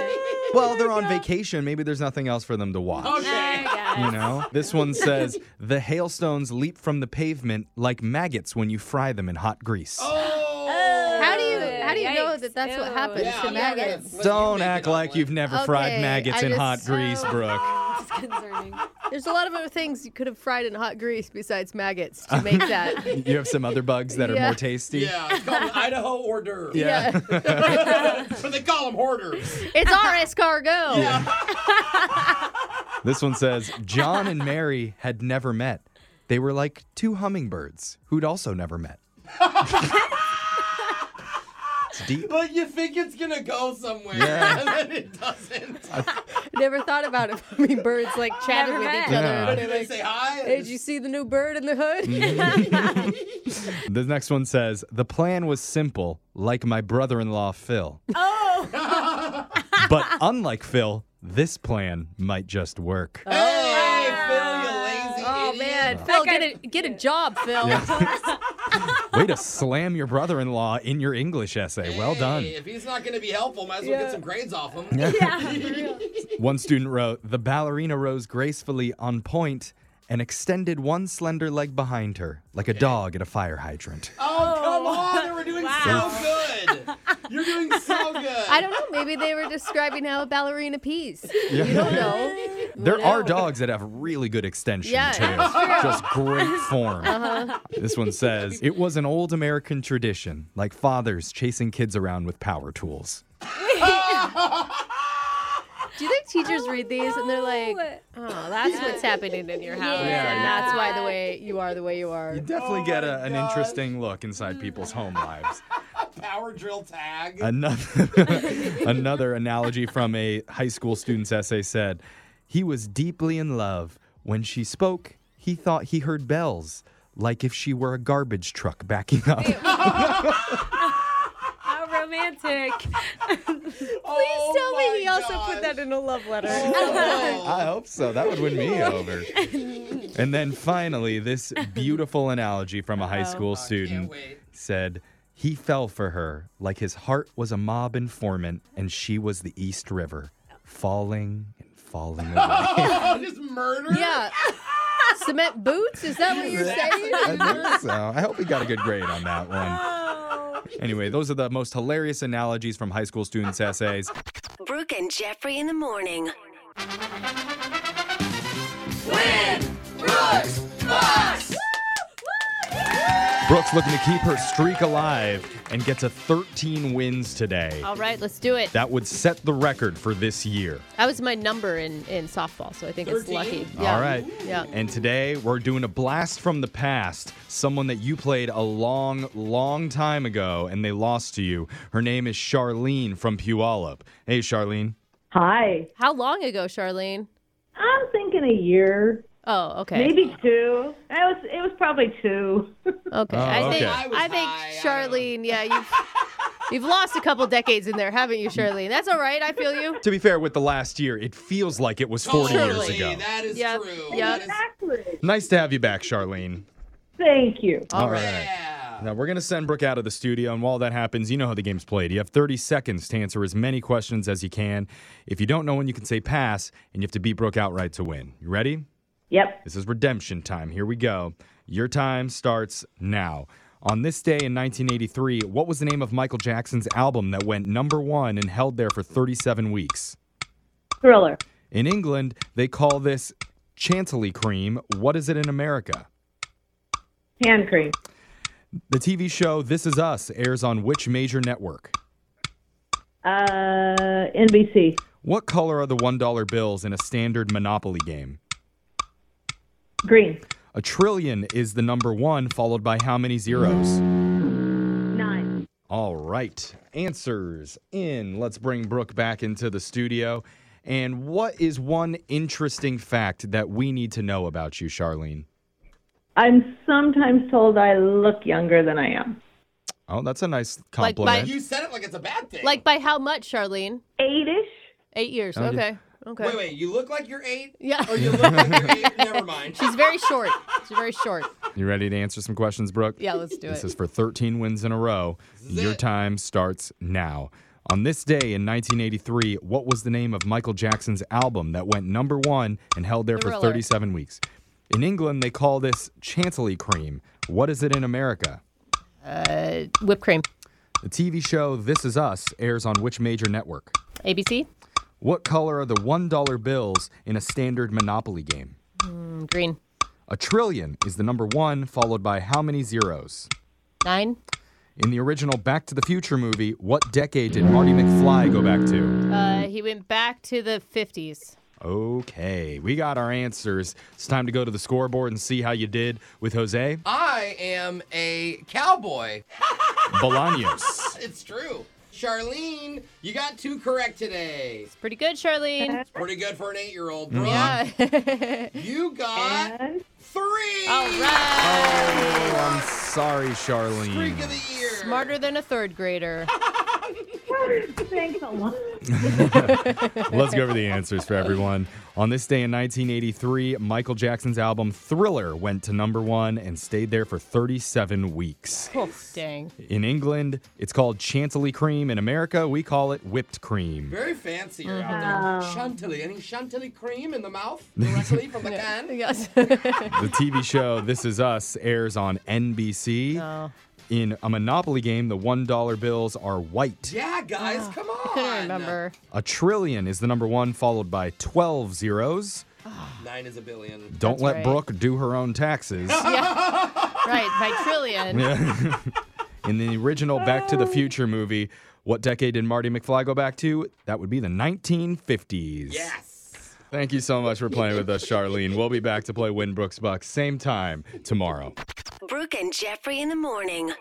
C: Well, they're on vacation. Maybe there's nothing else for them to watch.
E: Oh,
C: You know? This one says the hailstones leap from the pavement like maggots when you fry them in hot grease.
A: Oh, How do you how do you know that that's what happens
B: Oh. Yeah,
A: to
B: I'm not gonna-
A: maggots?
C: Don't act like you've never fried
A: Okay,
C: maggots
A: I
C: in hot
A: just-
C: grease, Brooke.
A: There's a lot of other things you could have fried in hot grease besides maggots to make that.
C: you have some other bugs that are
A: Yeah.
C: more tasty.
B: yeah, it's called an Idaho hors d'oeuvre.
C: Yeah.
B: but they call them hoarders.
A: It's our escargot.
C: This one says John and Mary had never met. They were like two hummingbirds who'd also never met. it's deep.
B: But you think it's gonna go somewhere,
C: Yeah.
B: and then it doesn't.
A: Never thought about it. I mean, birds like chatted with each
C: met.
A: other.
C: Yeah.
A: and
C: Did
A: they're
B: they say hi?
A: Hey, did you see the new bird in the
C: Mhm.
A: hood?
C: The next one says the plan was simple, like my brother in law Phil.
B: oh.
C: But unlike Phil, this plan might just work.
B: Hey, Phil, you lazy
A: oh
B: idiot.
A: man, Phil, get a get a job, Phil.
C: Way to slam your brother in law in your English essay. Well done.
B: Hey, if he's not gonna be helpful, might as well
A: Yeah.
B: get some grades off him.
C: Yeah. One student wrote The ballerina rose gracefully on point and extended one slender leg behind her, like a dog at a fire hydrant.
B: Oh, come on! They were doing so good. You're doing so good.
A: I don't know. Maybe they were describing how a ballerina pees.
C: Yeah.
A: You don't know.
C: There are dogs that have really good extension,
A: Yeah,
C: too.
A: that's true.
C: Just great form.
A: Uh-huh.
C: This one says, It was an old American tradition, like fathers chasing kids around with power tools.
A: Do you think teachers
E: Oh,
A: read these and they're like, "Oh, that's what's happening in your house, and that's why the way you are the way you are."
C: You definitely get a, an interesting look inside people's home lives.
B: Power drill tag.
C: Another, another analogy from a high school student's essay said, He was deeply in love. When she spoke, he thought he heard bells, like if she were a garbage truck backing up.
E: How romantic.
A: Please
B: Oh
A: tell me he also put that in a love letter.
C: I hope so. That would win me over. And then finally, this beautiful analogy from a high school student said, He fell for her like his heart was a mob informant and she was the East River, falling and falling away.
B: Oh. just murder.
A: Yeah. Cement boots? Is that what you're saying?
C: I think so. I hope he got a good grade on that one. Anyway, those are the most hilarious analogies from high school students' essays.
G: Brooke and Jeffrey in the morning.
B: Brooks Box.
C: Brooke's looking to keep her streak alive and get to 13 wins today.
A: All right, let's do it.
C: That would set the record for this year.
A: That was my number in, in softball, so I think it's lucky.
C: All right.
A: Yeah.
C: And today we're doing a blast from the past. Someone that you played a long, long time ago and they lost to you. Her name is Charlene from Puyallup. Hey, Charlene.
Q: Hi.
A: How long ago, Charlene?
Q: I'm thinking a year.
A: Oh, okay.
Q: Maybe two. It was it was probably two.
C: Oh,
A: Okay. I think I think Charlene, yeah, you've you've lost a couple decades in there, haven't you, Charlene? That's all right. I feel you.
C: To be fair, with the last year, it feels like it was 40 years
A: Totally.
C: ago.
B: That is
A: yep.
B: true.
A: Yep.
C: Nice to have you back, Charlene.
Q: Thank you.
A: Oh,
C: All right. Now we're going to send Brooke out of the studio, and while that happens, you know how the game's played. You have 30 seconds to answer as many questions as you can. If you don't know one, you can say pass, and you have to beat Brooke outright to win. You ready?
Q: Yep.
C: This is redemption time. Here we go. Your time starts now. On this day in 1983, what was the name of Michael Jackson's album that went number one and held there for 37 weeks?
Q: Thriller.
C: In England, they call this Chantilly cream. What is it in America?
Q: Hand cream.
C: The TV show This Is Us airs on which major network?
Q: Uh, NBC.
C: What color are the $1 bills in a standard Monopoly game?
Q: Green.
C: A trillion is the number one, followed by how many zeros?
Q: Nine.
C: All right, answers in. Let's bring Brooke back into the studio. And what is one interesting fact that we need to know about you, Charlene?
Q: I'm sometimes told I look younger than I am.
C: Oh, that's a nice
A: Like
C: compliment.
A: by
B: said it like it's a bad thing.
A: Like by how much, Charlene?
Q: Eight ish.
A: Eight years.
C: Oh, yeah.
A: okay. Okay.
B: Wait, wait. You look like you're eight.
A: Yeah.
B: Or you look like you're eight. Never mind.
A: She's very short. She's very short.
C: You ready to answer some questions, Brooke?
A: Yeah, let's do
C: This
A: it.
C: is for 13 wins in a row. Your time starts now. On this day in 1983, what was the name of Michael Jackson's album that went number one and held there for
A: Thriller.
C: 37 weeks? In England, they call this Chantilly cream. What is it in America?
A: Uh, whipped cream.
C: The TV show This Is Us airs on which major network?
A: ABC.
C: What color are the $1 bills in a standard Monopoly game?
A: Mm, green.
C: A trillion is the number one, followed by how many zeros?
A: Nine.
C: In the original Back to the Future movie, what decade did Marty McFly go back to?
A: Uh, he went back to the 50s.
C: Okay, we got our answers. It's time to go to the scoreboard and see how you did with Jose
B: I am a cowboy.
C: Bolaños.
B: it's true. Charlene, you got two correct today. It's
A: Pretty good, Charlene.
B: pretty good for an eight-year-old.
C: Mm.
B: Brooke,
A: Yeah.
B: you got three.
A: All right.
C: Oh, I'm sorry,
B: Freak of
C: Charlene.
B: the year.
A: Smarter than a third grader.
Q: Thanks a lot.
C: Let's go over the answers for everyone. On this day in 1983, Michael Jackson's album Thriller went to number one and stayed there for 37 weeks.
A: Oh, dang.
C: In England, it's called Chantilly cream. In America, we call it whipped cream.
B: Very fancy you're out there.
A: Mhm.
B: Chantilly. Any chantilly cream in the mouth directly from the can?
A: Yes.
C: The TV show This Is Us airs on NBC. In a Monopoly game, the $1 bills are white.
B: yeah, guys, come on.
A: Ah, Couldn't remember.
C: A trillion is the number one, followed by 12 zeros.
B: Nine is a billion.
C: Don't let
A: right.
C: Brooke do her own taxes.
A: Yeah. right, by trillion.
C: Yeah. in the original Back to the Future movie, what decade did Marty McFly go back to? That would be the 1950s.
B: Yes.
C: Thank you so much for playing with us, Charlene. We'll be back to play Win Brooks Bucks same time tomorrow.
G: Brooke and Jeffrey in the morning.